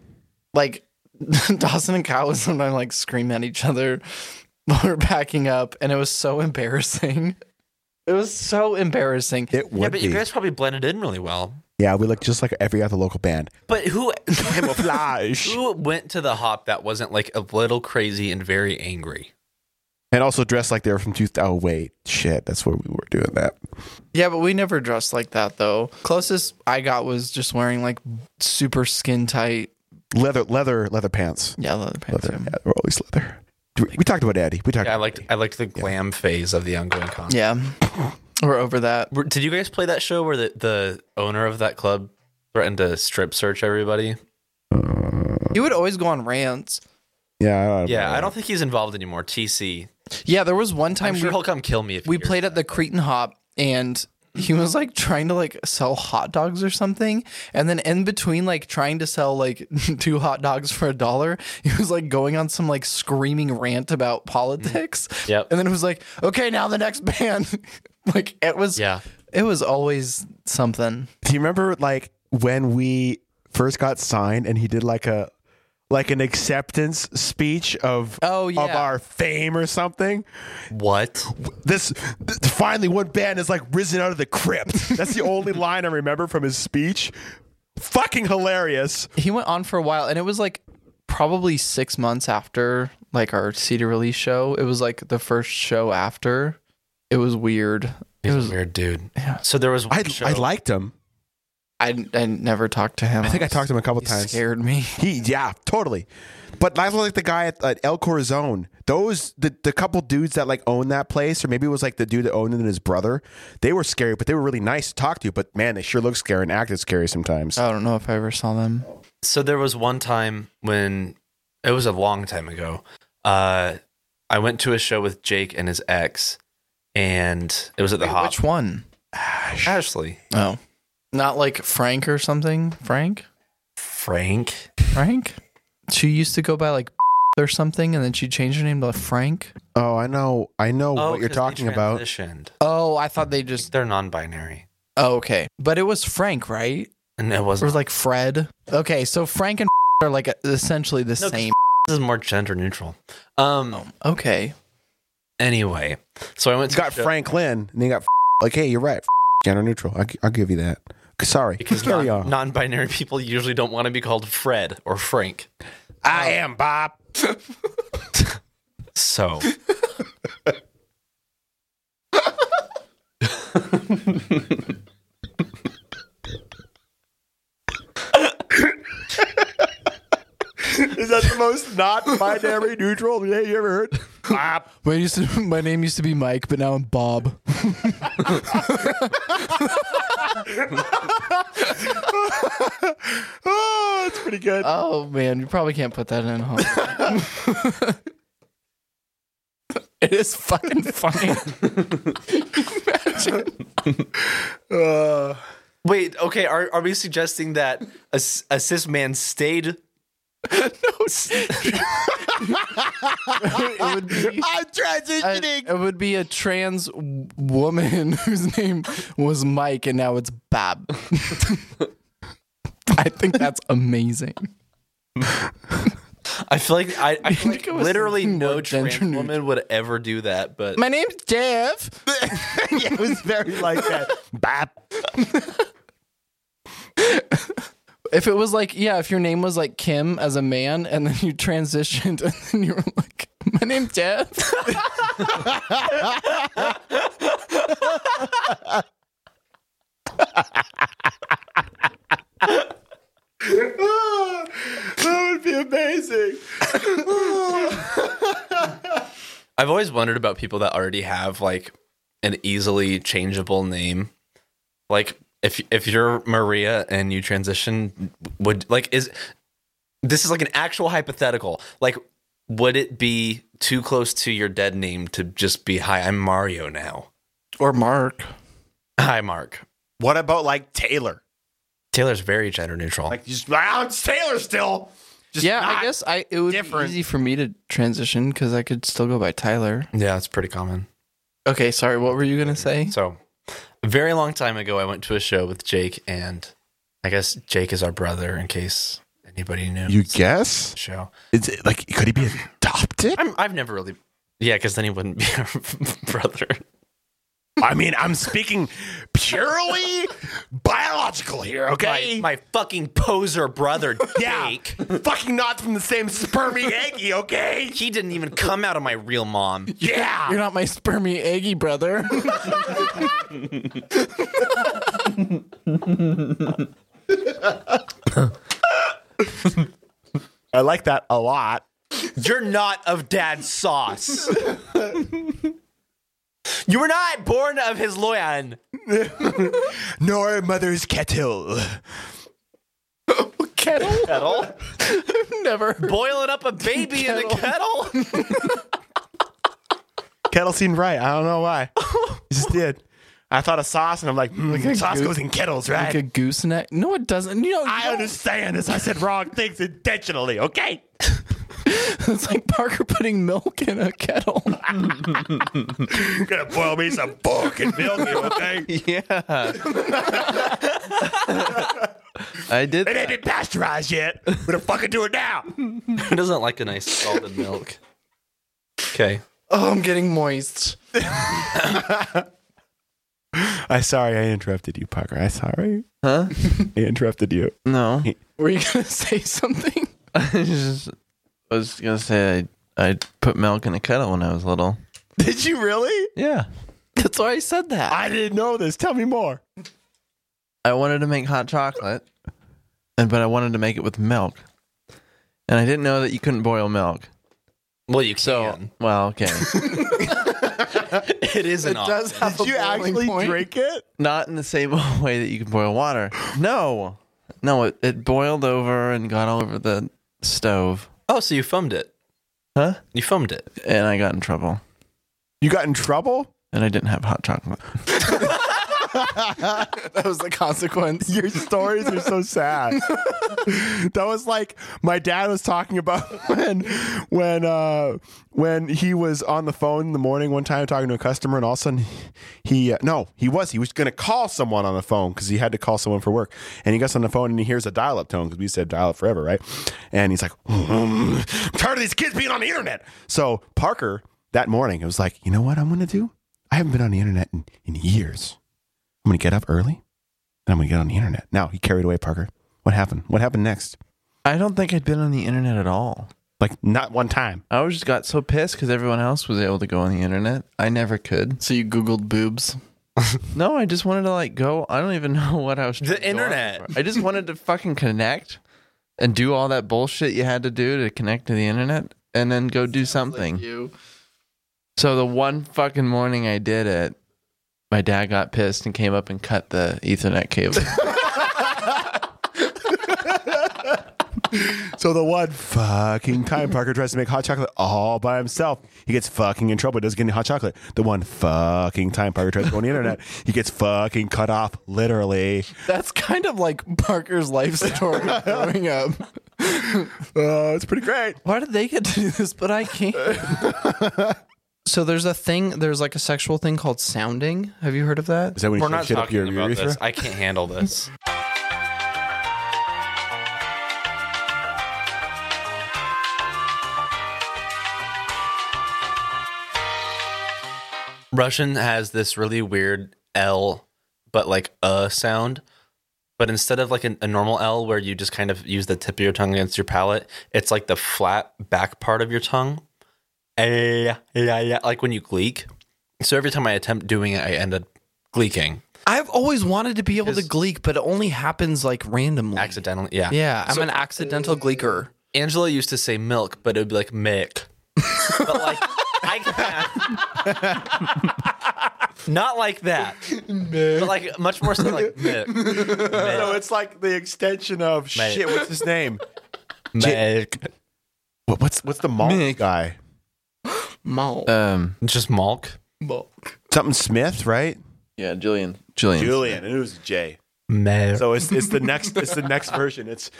Speaker 6: Like *laughs* Dawson and Kyle would sometimes like scream at each other *laughs* while we we're packing up, and it was so embarrassing. It was so embarrassing.
Speaker 8: It would
Speaker 2: yeah,
Speaker 8: be.
Speaker 2: but you guys probably blended in really well.
Speaker 3: Yeah, we look just like every other local
Speaker 2: *laughs*
Speaker 3: band.
Speaker 2: But who
Speaker 3: Camouflage.
Speaker 2: who went to the hop that wasn't like a little crazy and very angry?
Speaker 3: *laughs* and also dressed like they were from 2000. Oh, wait. Shit. That's where we were doing that.
Speaker 6: Yeah, but we never dressed like that though. Closest I got was just wearing like super skin tight.
Speaker 3: Leather, leather, leather pants.
Speaker 6: Yeah, leather pants.
Speaker 3: Leather.
Speaker 6: yeah.
Speaker 3: Yeah, we're always leather. Do We, we talked about Eddie. We talked.
Speaker 2: Yeah, I liked I liked the glam phase of the ongoing concert.
Speaker 6: Yeah. We're over that.
Speaker 2: Were- Did you guys play that show where the, the owner of that club threatened to strip search everybody?
Speaker 6: He would always go on rants.
Speaker 3: Yeah, I
Speaker 2: Yeah, I don't think he's involved anymore. TC.
Speaker 6: Yeah, there was one
Speaker 2: I'm
Speaker 6: time
Speaker 2: sure
Speaker 6: we,
Speaker 2: he'll come kill me if he
Speaker 6: we
Speaker 2: hears
Speaker 6: played at the Cretan Hop and he was like trying to like sell hot dogs or something. And then in between like trying to sell like *laughs* two hot dogs for a dollar, he was like going on some like screaming rant about politics.
Speaker 2: Yep.
Speaker 6: And then it was like, okay, now the next band. *laughs* like it was
Speaker 2: Yeah.
Speaker 6: it was always something.
Speaker 3: Do you remember like when we first got signed and he did like a like an acceptance speech of
Speaker 6: Oh, yeah.
Speaker 3: of our fame or something?
Speaker 2: What?
Speaker 3: This, th- finally one band has like risen out of the crypt. That's the *laughs* only line I remember from his speech. Fucking hilarious.
Speaker 6: He went on for a while and it was like probably six months after like our CD release show. It was like the first show after. It was weird.
Speaker 2: He's a weird dude. So there was one
Speaker 3: I
Speaker 2: show.
Speaker 3: I liked him.
Speaker 6: I, I never talked to him.
Speaker 3: I think I talked to him a couple
Speaker 6: He
Speaker 3: times.
Speaker 6: scared me.
Speaker 3: He yeah, totally. But I was like the guy at, at El Corazon. Those the the couple dudes that like owned that place, or maybe it was like the dude that owned it and his brother. They were scary, but they were really nice to talk to. But man, they sure look scary and acted scary sometimes.
Speaker 2: Uh,
Speaker 6: I don't know if I ever saw them.
Speaker 2: So there was one time when it was a long time ago. Uh, I went to a show with Jake and his ex, and it was at the Hop.
Speaker 6: Which one?
Speaker 2: Ashley,
Speaker 6: Oh. Not like Frank or something. Frank?
Speaker 2: Frank.
Speaker 6: Frank? She used to go by like *laughs* or something and then she changed her name to Frank.
Speaker 3: oh, I know, I know
Speaker 2: Oh,
Speaker 3: what you're
Speaker 2: 'cause they
Speaker 3: talking about.
Speaker 2: transitioned.
Speaker 6: Oh, I thought they just
Speaker 2: They're non-binary,
Speaker 6: Oh, okay. But it was Frank, right?
Speaker 2: and it
Speaker 6: Or
Speaker 2: wasn't.
Speaker 6: like Fred. Okay, so Frank and *laughs* are like essentially the
Speaker 2: No, 'cause
Speaker 6: same.
Speaker 2: This is more gender neutral. Um.
Speaker 6: Okay.
Speaker 2: Anyway, so I went
Speaker 3: It's
Speaker 2: to
Speaker 3: got
Speaker 2: a show
Speaker 3: Franklin, and they got *laughs* like, hey, you're right, gender neutral. I, will give you that. Sorry,
Speaker 2: because
Speaker 3: carry
Speaker 2: non-
Speaker 3: on.
Speaker 2: non-binary people usually don't want to be called Fred or Frank.
Speaker 3: I am Bob.
Speaker 2: So.
Speaker 3: Is that the most not binary *laughs* neutral name you ever heard? Bob.
Speaker 6: My, used to, *laughs* my name used to be Mike, but now I'm Bob.
Speaker 3: *laughs* Oh, that's pretty good.
Speaker 6: Oh man, you probably can't put that in. Huh? *laughs* it is fucking *laughs* funny.
Speaker 2: *laughs*
Speaker 3: Uh,
Speaker 2: Wait, okay, are, are we suggesting that a, s- a cis man stayed?
Speaker 6: It would
Speaker 3: I'm
Speaker 6: be. a-
Speaker 3: transitioning.
Speaker 6: it would be a trans w- woman *laughs* whose name was Mike and now it's Bob. *laughs* I think that's amazing.
Speaker 2: I feel like I, I feel like
Speaker 6: it was
Speaker 2: literally
Speaker 6: something
Speaker 2: no
Speaker 6: more
Speaker 2: trans
Speaker 6: gender neutral.
Speaker 2: woman would ever do that, but
Speaker 6: My name's Jeff.
Speaker 3: *laughs* yeah, it was very like that. Bap.
Speaker 6: If it was like, yeah, if your name was like Kim as a man and then you transitioned *laughs* and then you were like, my name's Jeff.
Speaker 3: that would be amazing.
Speaker 2: I've always wondered about people that already have like an easily changeable name. Like if if you're Maria and you transition, would like is this is like an actual hypothetical. Like would it be too close to your dead name to just be hi, I'm Mario now?
Speaker 6: Or Mark.
Speaker 2: Hi Mark.
Speaker 3: What about like Taylor?
Speaker 2: Taylor's very gender neutral.
Speaker 3: Like, you just, ah, it's Taylor still. Just
Speaker 6: yeah,
Speaker 3: not-
Speaker 6: I guess I it would
Speaker 3: different.
Speaker 6: be easy for me to transition because I could still go by Tyler.
Speaker 2: yeah, it's pretty common.
Speaker 6: Okay, sorry. What were you gonna say?
Speaker 2: So, a very long time ago, I went to a show with Jake, and I guess Jake is our brother, in case anybody knew.
Speaker 3: You guess?
Speaker 2: show.
Speaker 3: Is it, like, could he be adopted?
Speaker 2: *laughs* I'm, I've never really, yeah, because then he wouldn't be our brother.
Speaker 3: I mean, I'm speaking purely biological here, okay?
Speaker 2: My fucking poser *laughs* brother,
Speaker 3: yeah,
Speaker 2: Jake.
Speaker 3: fucking not from the same spermy eggy, okay?
Speaker 2: He didn't even come out of my real mom.
Speaker 3: *laughs* Yeah,
Speaker 6: You're not my spermy eggy brother.
Speaker 3: *laughs* I like that a lot.
Speaker 2: You're not of dad's *laughs* sauce. you were not born of his loyan.
Speaker 3: Nor mother's kettle.
Speaker 2: Kettle?
Speaker 6: *laughs* Never.
Speaker 2: Boiling up a baby in a kettle?
Speaker 3: Kettle seemed right. I don't know *laughs* why. It just did. I thought of sauce, and I'm like, hmm, sauce
Speaker 6: goose-
Speaker 3: goes in kettles, right?
Speaker 6: Like a gooseneck? No, it doesn't. You know,
Speaker 3: I
Speaker 6: you
Speaker 3: understand this. I said wrong things intentionally, okay?
Speaker 5: *laughs*
Speaker 6: it's like Parker putting milk in a kettle.
Speaker 3: You're gonna boil me *laughs* some pork and milk, you *laughs* okay?
Speaker 5: Yeah. I *laughs* did.
Speaker 3: It ain't been pasteurized yet. We're gonna fucking do it *laughs* now.
Speaker 2: *laughs* Who doesn't like a nice salted milk? Okay.
Speaker 6: *laughs* oh, I'm getting moist.
Speaker 3: I sorry I interrupted you, Parker. I sorry.
Speaker 5: Huh?
Speaker 3: *laughs* I interrupted you.
Speaker 5: No.
Speaker 6: Were you
Speaker 5: *laughs*
Speaker 6: gonna say something?
Speaker 5: I just was gonna say I I put milk in a kettle when I was little.
Speaker 3: Did you really?
Speaker 5: Yeah.
Speaker 6: That's why I said that.
Speaker 3: I didn't know this. Tell me more.
Speaker 5: I wanted to make hot chocolate, and but I wanted to make it with milk, and I didn't know that you couldn't boil milk.
Speaker 2: Well, you
Speaker 5: So
Speaker 2: can.
Speaker 5: well, okay,
Speaker 2: it is an option.
Speaker 6: have
Speaker 3: Did you actually drink it?
Speaker 5: not in the same *laughs* way that you can boil water. No, no, it, it boiled over and got all over the stove,
Speaker 2: Oh, so you foamed it.
Speaker 5: Huh?
Speaker 2: You foamed it.
Speaker 5: and I got in trouble,
Speaker 3: You got in trouble?
Speaker 5: and I didn't have hot chocolate.
Speaker 6: That was the consequence.
Speaker 3: Your stories are so sad. *laughs* that was like my dad was talking about *laughs* when when uh when he was on the phone in the morning one time talking to a customer and all of a sudden he uh, no he was he was going to call someone on the phone because he had to call someone for work and he gets on the phone and he hears a dial up tone because we said dial up forever right and he's like "Mm, I'm tired of these kids being on the internet so Parker that morning it was like you know what I'm going to do I haven't been on the internet in, in years I'm going to get up early and I'm going to get on the internet now he carried away Parker what happened what happened next
Speaker 5: I don't think I'd been on the internet at all.
Speaker 3: like not one time.
Speaker 5: I always just got so pissed because everyone else was able to go on the internet. I never could.
Speaker 6: So you googled boobs.
Speaker 5: *laughs* No, I just wanted to like go. I don't even *laughs* know what I was. trying to go on
Speaker 2: internet.
Speaker 5: for. I just wanted to fucking connect and do all that bullshit you had to do to connect to the internet, and then go do something.
Speaker 6: You.
Speaker 5: So the one fucking morning I did it, my dad got pissed and came up and cut the Ethernet cable.
Speaker 3: So the one fucking time Parker tries to make hot chocolate all by himself, he gets fucking in trouble. Doesn't get any hot chocolate. The one fucking time Parker tries to go on the internet, he gets fucking cut off. Literally.
Speaker 6: *laughs* That's kind of like Parker's life
Speaker 5: *laughs*
Speaker 6: story growing up.
Speaker 5: Uh,
Speaker 3: Oh, it's pretty great.
Speaker 6: Why did they get to do this, but I *laughs* can't? so there's a thing. There's like a sexual thing called sounding. Have you heard of that?
Speaker 3: Is that when
Speaker 2: We're
Speaker 3: you shove
Speaker 2: not
Speaker 3: shit up
Speaker 2: talking
Speaker 3: your
Speaker 2: about
Speaker 3: urethra?
Speaker 2: this. I can't handle
Speaker 3: *laughs*
Speaker 2: this. Russian has this really weird L, but like uh sound. But instead of like a, a normal L where you just kind of use the tip of your tongue against your palate, it's like the flat back part of your tongue. Eh, yeah, yeah, like when you gleek. So every time I attempt doing it, I end up gleeking
Speaker 6: I've always wanted to be able to gleek, but it only happens like randomly.
Speaker 2: accidentally. Yeah.
Speaker 6: Yeah, I'm an accidental gleeker.
Speaker 2: Angela used to say milk, but it would be like mick. but like,
Speaker 3: *laughs*
Speaker 2: I can't. Not like that. But like much more so like
Speaker 3: *laughs*
Speaker 2: mick.
Speaker 3: No,
Speaker 2: Mick.
Speaker 3: it's like the extension of
Speaker 2: Mate.
Speaker 3: shit. What's his name?
Speaker 2: mick.
Speaker 3: *laughs* What, what's what's the malt
Speaker 5: Mick.
Speaker 3: guy?
Speaker 6: Malt.
Speaker 5: um,
Speaker 2: Just malk.
Speaker 3: Something Smith, right?
Speaker 5: yeah, Julian, Julian,
Speaker 3: Julian. and It was Jay.
Speaker 2: Mick.
Speaker 3: So it's it's the next it's the next version. It's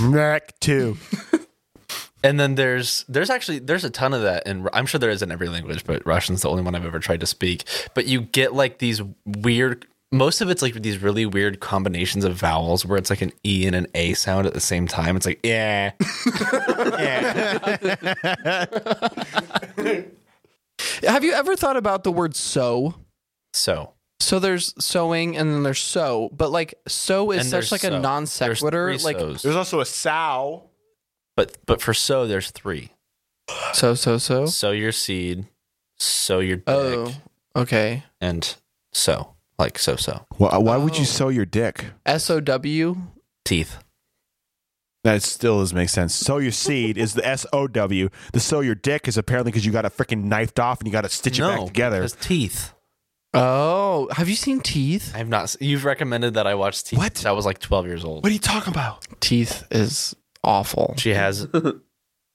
Speaker 3: Mac Two.
Speaker 2: and then there's there's actually there's a ton of that in i'm sure there is in every language but russian's the only one i've ever tried to speak but you get like these weird most of it's like these really weird combinations of vowels where it's like an e and an a sound at the same time it's like yeah,
Speaker 6: Have you ever thought about the word so?
Speaker 2: So
Speaker 5: So there's sewing and then there's sew, but like sew is
Speaker 2: And
Speaker 5: such
Speaker 2: there's
Speaker 5: like
Speaker 2: so.
Speaker 5: a non
Speaker 2: there's
Speaker 5: sequitur.
Speaker 2: three
Speaker 5: Like
Speaker 2: so's.
Speaker 9: There's also a sow.
Speaker 2: but but for so there's three.
Speaker 5: so so so.
Speaker 2: Sow your seed, sow your dick,
Speaker 5: Oh, okay.
Speaker 2: and so like so so
Speaker 3: Why, why would you
Speaker 5: Oh.
Speaker 3: sew your dick?
Speaker 5: S O W.
Speaker 2: teeth.
Speaker 3: That still doesn't make sense. Sow your seed is the S O W. The sow your dick is apparently because you got it freaking knifed off and you got to stitch it back together.
Speaker 2: because teeth.
Speaker 5: Oh, have you seen teeth?
Speaker 2: I have not. s- You've recommended that I watch teeth.
Speaker 3: What?
Speaker 2: I was like twelve years old.
Speaker 3: What are you talking about?
Speaker 5: Teeth is awful.
Speaker 2: She
Speaker 5: *laughs*
Speaker 2: has.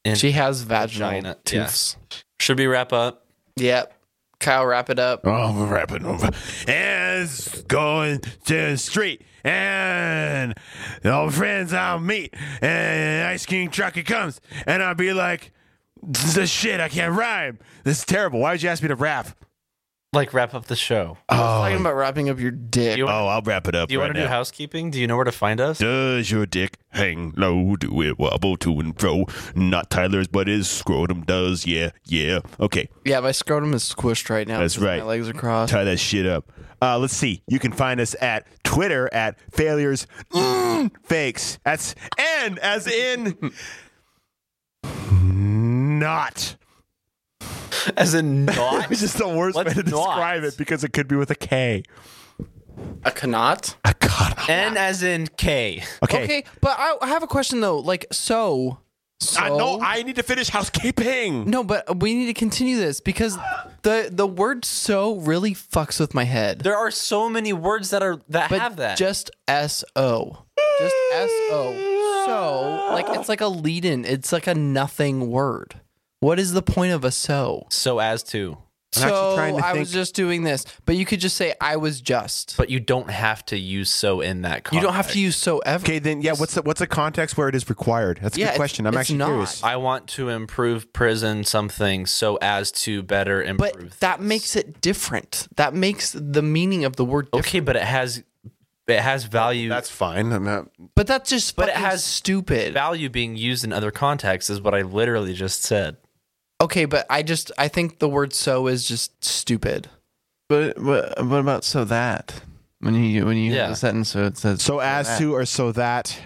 Speaker 2: and
Speaker 5: She has vaginal
Speaker 2: Vagina,
Speaker 5: teeth.
Speaker 2: should we wrap up?
Speaker 5: Yep. Kyle, wrap it up.
Speaker 3: Oh, we're wrapping over. And it's going to the street. And all friends I'll meet. And ice cream truck it comes. And I'll be like, the shit, I can't rhyme. This is terrible. Why would you ask me to rap?
Speaker 2: Like wrap up the show.
Speaker 5: Talking about wrapping up your dick.
Speaker 2: You-
Speaker 3: Oh, I'll wrap it up.
Speaker 2: Do you
Speaker 3: right
Speaker 2: want to
Speaker 3: now.
Speaker 2: do housekeeping? Do you know where to find us?
Speaker 3: Does your dick hang low? Do it wobble to and fro? Not Tyler's, but his scrotum does. Yeah, yeah. Okay,
Speaker 5: yeah, my scrotum is squished right now.
Speaker 3: That's
Speaker 5: because
Speaker 3: right.
Speaker 5: My legs are crossed.
Speaker 3: tie that shit up. Uh, let's see. You can find us at Twitter at failures mm, fakes. That's N as in not.
Speaker 2: As in not.
Speaker 3: *laughs* It's just the worst
Speaker 2: What's
Speaker 3: way to describe
Speaker 2: not?
Speaker 3: it because it could be with a K.
Speaker 5: A canot?
Speaker 3: I got it.
Speaker 2: N as in K.
Speaker 3: Okay.
Speaker 5: Okay, but I, I have a question though. Like, so. so
Speaker 3: I know I need to finish housekeeping.
Speaker 5: No, but we need to continue this because the the word so really fucks with my head.
Speaker 2: There are so many words that are that
Speaker 5: But
Speaker 2: have that.
Speaker 5: just S O. Just S O. So, like it's like a lead in. It's like a nothing word. What is the point of a so?
Speaker 2: so as to.
Speaker 3: I'm actually
Speaker 5: so
Speaker 3: trying to
Speaker 5: I was
Speaker 3: think.
Speaker 5: just doing this, but you could just say I was just.
Speaker 2: But you don't have to use so in that context.
Speaker 5: you don't have to use so ever.
Speaker 3: Okay, then yeah. What's the, what's a context where it is required? That's a
Speaker 5: Yeah,
Speaker 3: good
Speaker 5: it's-
Speaker 3: question. I'm
Speaker 5: it's
Speaker 3: actually
Speaker 5: not.
Speaker 3: curious.
Speaker 2: I want to improve prison something so as to better improve.
Speaker 5: But that makes it different. That makes the meaning of the word different.
Speaker 2: okay, but it has it has value.
Speaker 3: That's fine. I'm not.
Speaker 5: But that's just
Speaker 2: But it
Speaker 5: fucking
Speaker 2: has
Speaker 5: stupid.
Speaker 2: value being used in other contexts is what I literally just said.
Speaker 5: Okay, but I just I think the word so is just stupid.
Speaker 6: But what, what about so that? When you when you
Speaker 2: Yeah.
Speaker 6: have a sentence, so it says
Speaker 3: So as
Speaker 6: that.
Speaker 3: to or so that.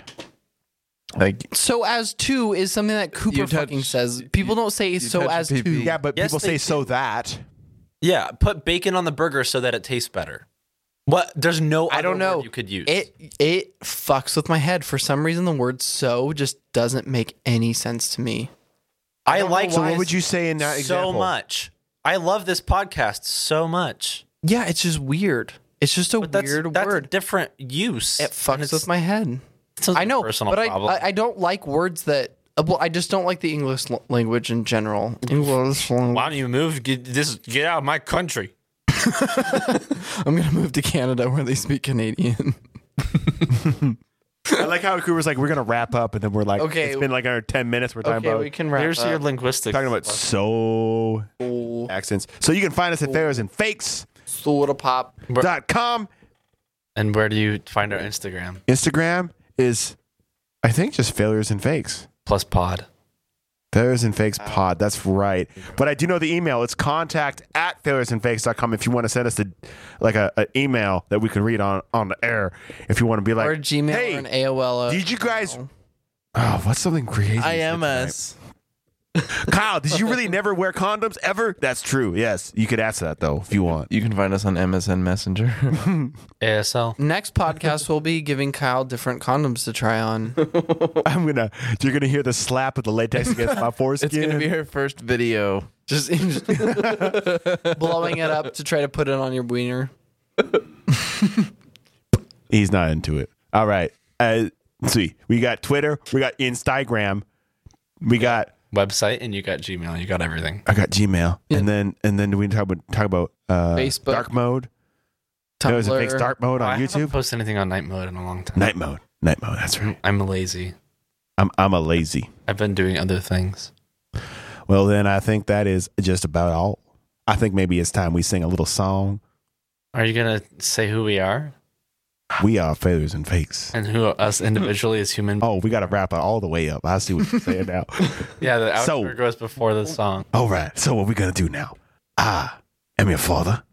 Speaker 6: like
Speaker 5: So as to is something that Cooper
Speaker 6: You touch-
Speaker 5: fucking says. People don't say so
Speaker 6: touch
Speaker 5: as
Speaker 6: the
Speaker 5: to.
Speaker 6: PP.
Speaker 3: Yeah, but
Speaker 2: Yes,
Speaker 3: people
Speaker 2: they
Speaker 3: say so that.
Speaker 2: Yeah, put bacon on the burger so that it tastes better. What? There's no.
Speaker 5: I don't
Speaker 2: other word
Speaker 5: know.
Speaker 2: You could use
Speaker 5: It it fucks with my head for some reason. The word so just doesn't make any sense to me.
Speaker 2: I, like.
Speaker 3: So what would you say in that example?
Speaker 2: so much? I love this podcast so much.
Speaker 5: Yeah, it's just weird. It's just a
Speaker 2: But that's
Speaker 5: weird
Speaker 2: that's
Speaker 5: word.
Speaker 2: different use.
Speaker 5: It
Speaker 2: And
Speaker 5: fucks
Speaker 2: it's-
Speaker 5: with my head.
Speaker 2: it's a
Speaker 5: I know,
Speaker 2: personal
Speaker 5: but I,
Speaker 2: problem.
Speaker 5: I I don't like words that. uh, Well, I just don't like the English l- language in
Speaker 6: *laughs*
Speaker 5: general. English language.
Speaker 2: Why don't you move? Get, this get out of my country.
Speaker 5: I'm gonna move to Canada where they speak Canadian.
Speaker 3: I like how Cooper's like, we're gonna wrap up, and then we're like,
Speaker 5: Okay.
Speaker 3: it's been like our ten minutes. We're talking
Speaker 5: okay,
Speaker 3: about
Speaker 5: we can wrap
Speaker 2: Here's
Speaker 5: up.
Speaker 2: your linguistics.
Speaker 3: Uh, talking about so accents. So you can find us at failures and fakes
Speaker 5: soda pop.
Speaker 3: dot com.
Speaker 2: and where do you find our Instagram?
Speaker 3: Instagram is, I think, just failures and fakes.
Speaker 2: Plus pod.
Speaker 3: Failures and fakes pod. That's right. But I do know the email. It's contact at failuresandfakes.com if you want to send us a like a, a email that we can read on on the air. If you want to be like,
Speaker 5: or Gmail
Speaker 3: hey,
Speaker 5: or an AOL.
Speaker 3: did you guys? Oh, what's something crazy?
Speaker 6: I am
Speaker 3: tonight?
Speaker 6: us.
Speaker 3: Kyle, did you
Speaker 6: *laughs*
Speaker 3: really never wear condoms ever? That's true. Yes, you could ask that though if you want.
Speaker 6: You can find us on MSN
Speaker 5: *laughs*
Speaker 6: Messenger.
Speaker 2: ASL.
Speaker 5: Next podcast, we'll be giving Kyle different condoms to
Speaker 2: *laughs*
Speaker 5: try on.
Speaker 3: I'm gonna. You're gonna hear the slap of the latex against my foreskin.
Speaker 6: *laughs* it's gonna be her first video.
Speaker 5: Just blowing it up to try to put it on your wiener.
Speaker 3: He's not into it. All right. Uh, let's see, we got Twitter. We got Instagram. We got.
Speaker 2: Website and you got Gmail. You got everything.
Speaker 3: I got Gmail, and then and then we talk about talk about uh,
Speaker 5: Facebook.
Speaker 3: dark mode.
Speaker 5: Tumblr.
Speaker 3: There was a fake dark mode
Speaker 2: I
Speaker 3: on
Speaker 2: haven't
Speaker 3: YouTube.
Speaker 5: *laughs*
Speaker 2: post anything on night mode in a long time.
Speaker 3: Night mode. Night mode. That's right.
Speaker 2: I'm lazy.
Speaker 3: I'm I'm a lazy.
Speaker 2: I've been doing other things.
Speaker 3: Well, then I think that is just about all. I think maybe it's time we sing a little song.
Speaker 2: Are you gonna say who we are
Speaker 3: We are failures and fakes.
Speaker 2: and who us individually as human?
Speaker 3: Oh, we got to wrap it all the way up. I see what you're saying
Speaker 5: *laughs*
Speaker 3: now.
Speaker 2: yeah, the outro
Speaker 3: So-
Speaker 2: goes before the song.
Speaker 3: all right. So, what we going to do now? I am your father.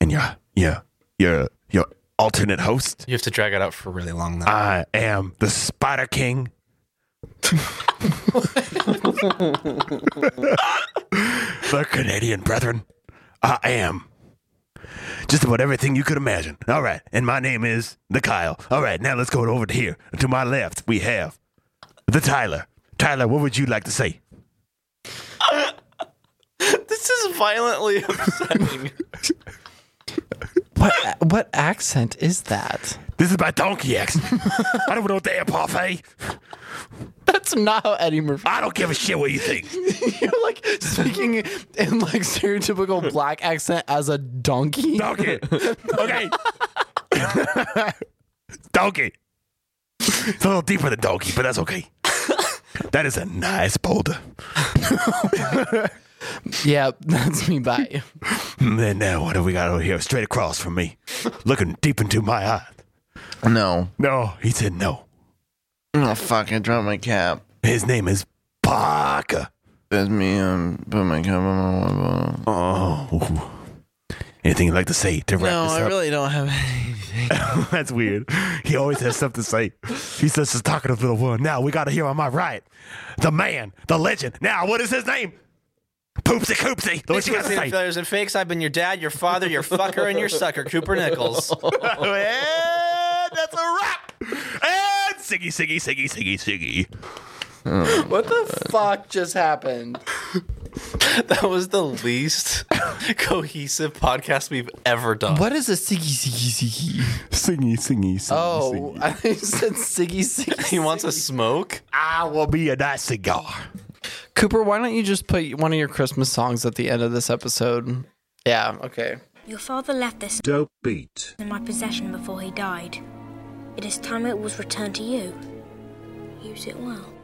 Speaker 3: and your your your your alternate host.
Speaker 2: You have to drag it out for really long. Though.
Speaker 3: I am the Spider King. the Canadian brethren, I am just about everything you could imagine. All right, and my name is the Kyle. All right, now let's go over to here. To my left, we have the Tyler. Tyler, what would you like to say?
Speaker 2: this is violently upsetting. Uh,
Speaker 6: What what accent is
Speaker 5: *laughs*
Speaker 6: that?
Speaker 3: This is my donkey accent. *laughs* I don't know what they are, parfait.
Speaker 6: That's not how Eddie
Speaker 5: *laughs*
Speaker 6: Murphy.
Speaker 3: eh? I don't give a shit what you think.
Speaker 6: You're like speaking in like stereotypical black accent as a donkey.
Speaker 3: Donkey. Okay. donkey. It's a little deeper than donkey, but that's okay. That is a nice boulder.
Speaker 6: *laughs* Yeah, that's me. Bye.
Speaker 3: And now what do we got over here? Straight across from me. Looking deep into my eye.
Speaker 5: No.
Speaker 3: No, he said no.
Speaker 5: Oh fuck! I dropped my cap.
Speaker 3: His name is Parker.
Speaker 5: That's me. Um, put my cap on my wall.
Speaker 3: Oh. Anything you'd like to say to wrap
Speaker 5: No,
Speaker 3: this
Speaker 5: I
Speaker 3: up?
Speaker 5: really don't have anything.
Speaker 3: *laughs* That's weird. He always has stuff to say. He's such a talkative little one. Now we got to hear on my right, the man, the legend. Now what is his name? Poopsie Coopsie. What you got to say?
Speaker 2: failures and fakes. I've been your dad, your father, your fucker, and your sucker, Cooper *laughs*
Speaker 3: *laughs*
Speaker 2: Nichols.
Speaker 3: and that's a wrap. And Siggy, Siggy, Siggy, Siggy, Siggy.
Speaker 6: What the fuck just happened?
Speaker 2: That was the least *laughs* cohesive podcast we've ever done.
Speaker 6: What is a siggy siggy siggy?
Speaker 3: Siggy, Siggy, Siggy.
Speaker 6: Oh, *laughs* I said siggy siggy.
Speaker 2: He wants a smoke.
Speaker 3: I will be a nice cigar.
Speaker 6: Cooper, why don't you just put one of your Christmas songs at the end of this episode? Yeah. Okay.
Speaker 10: Your father left this
Speaker 11: Dope beat.
Speaker 10: in my possession before he died. It is time it was returned to you. Use it well.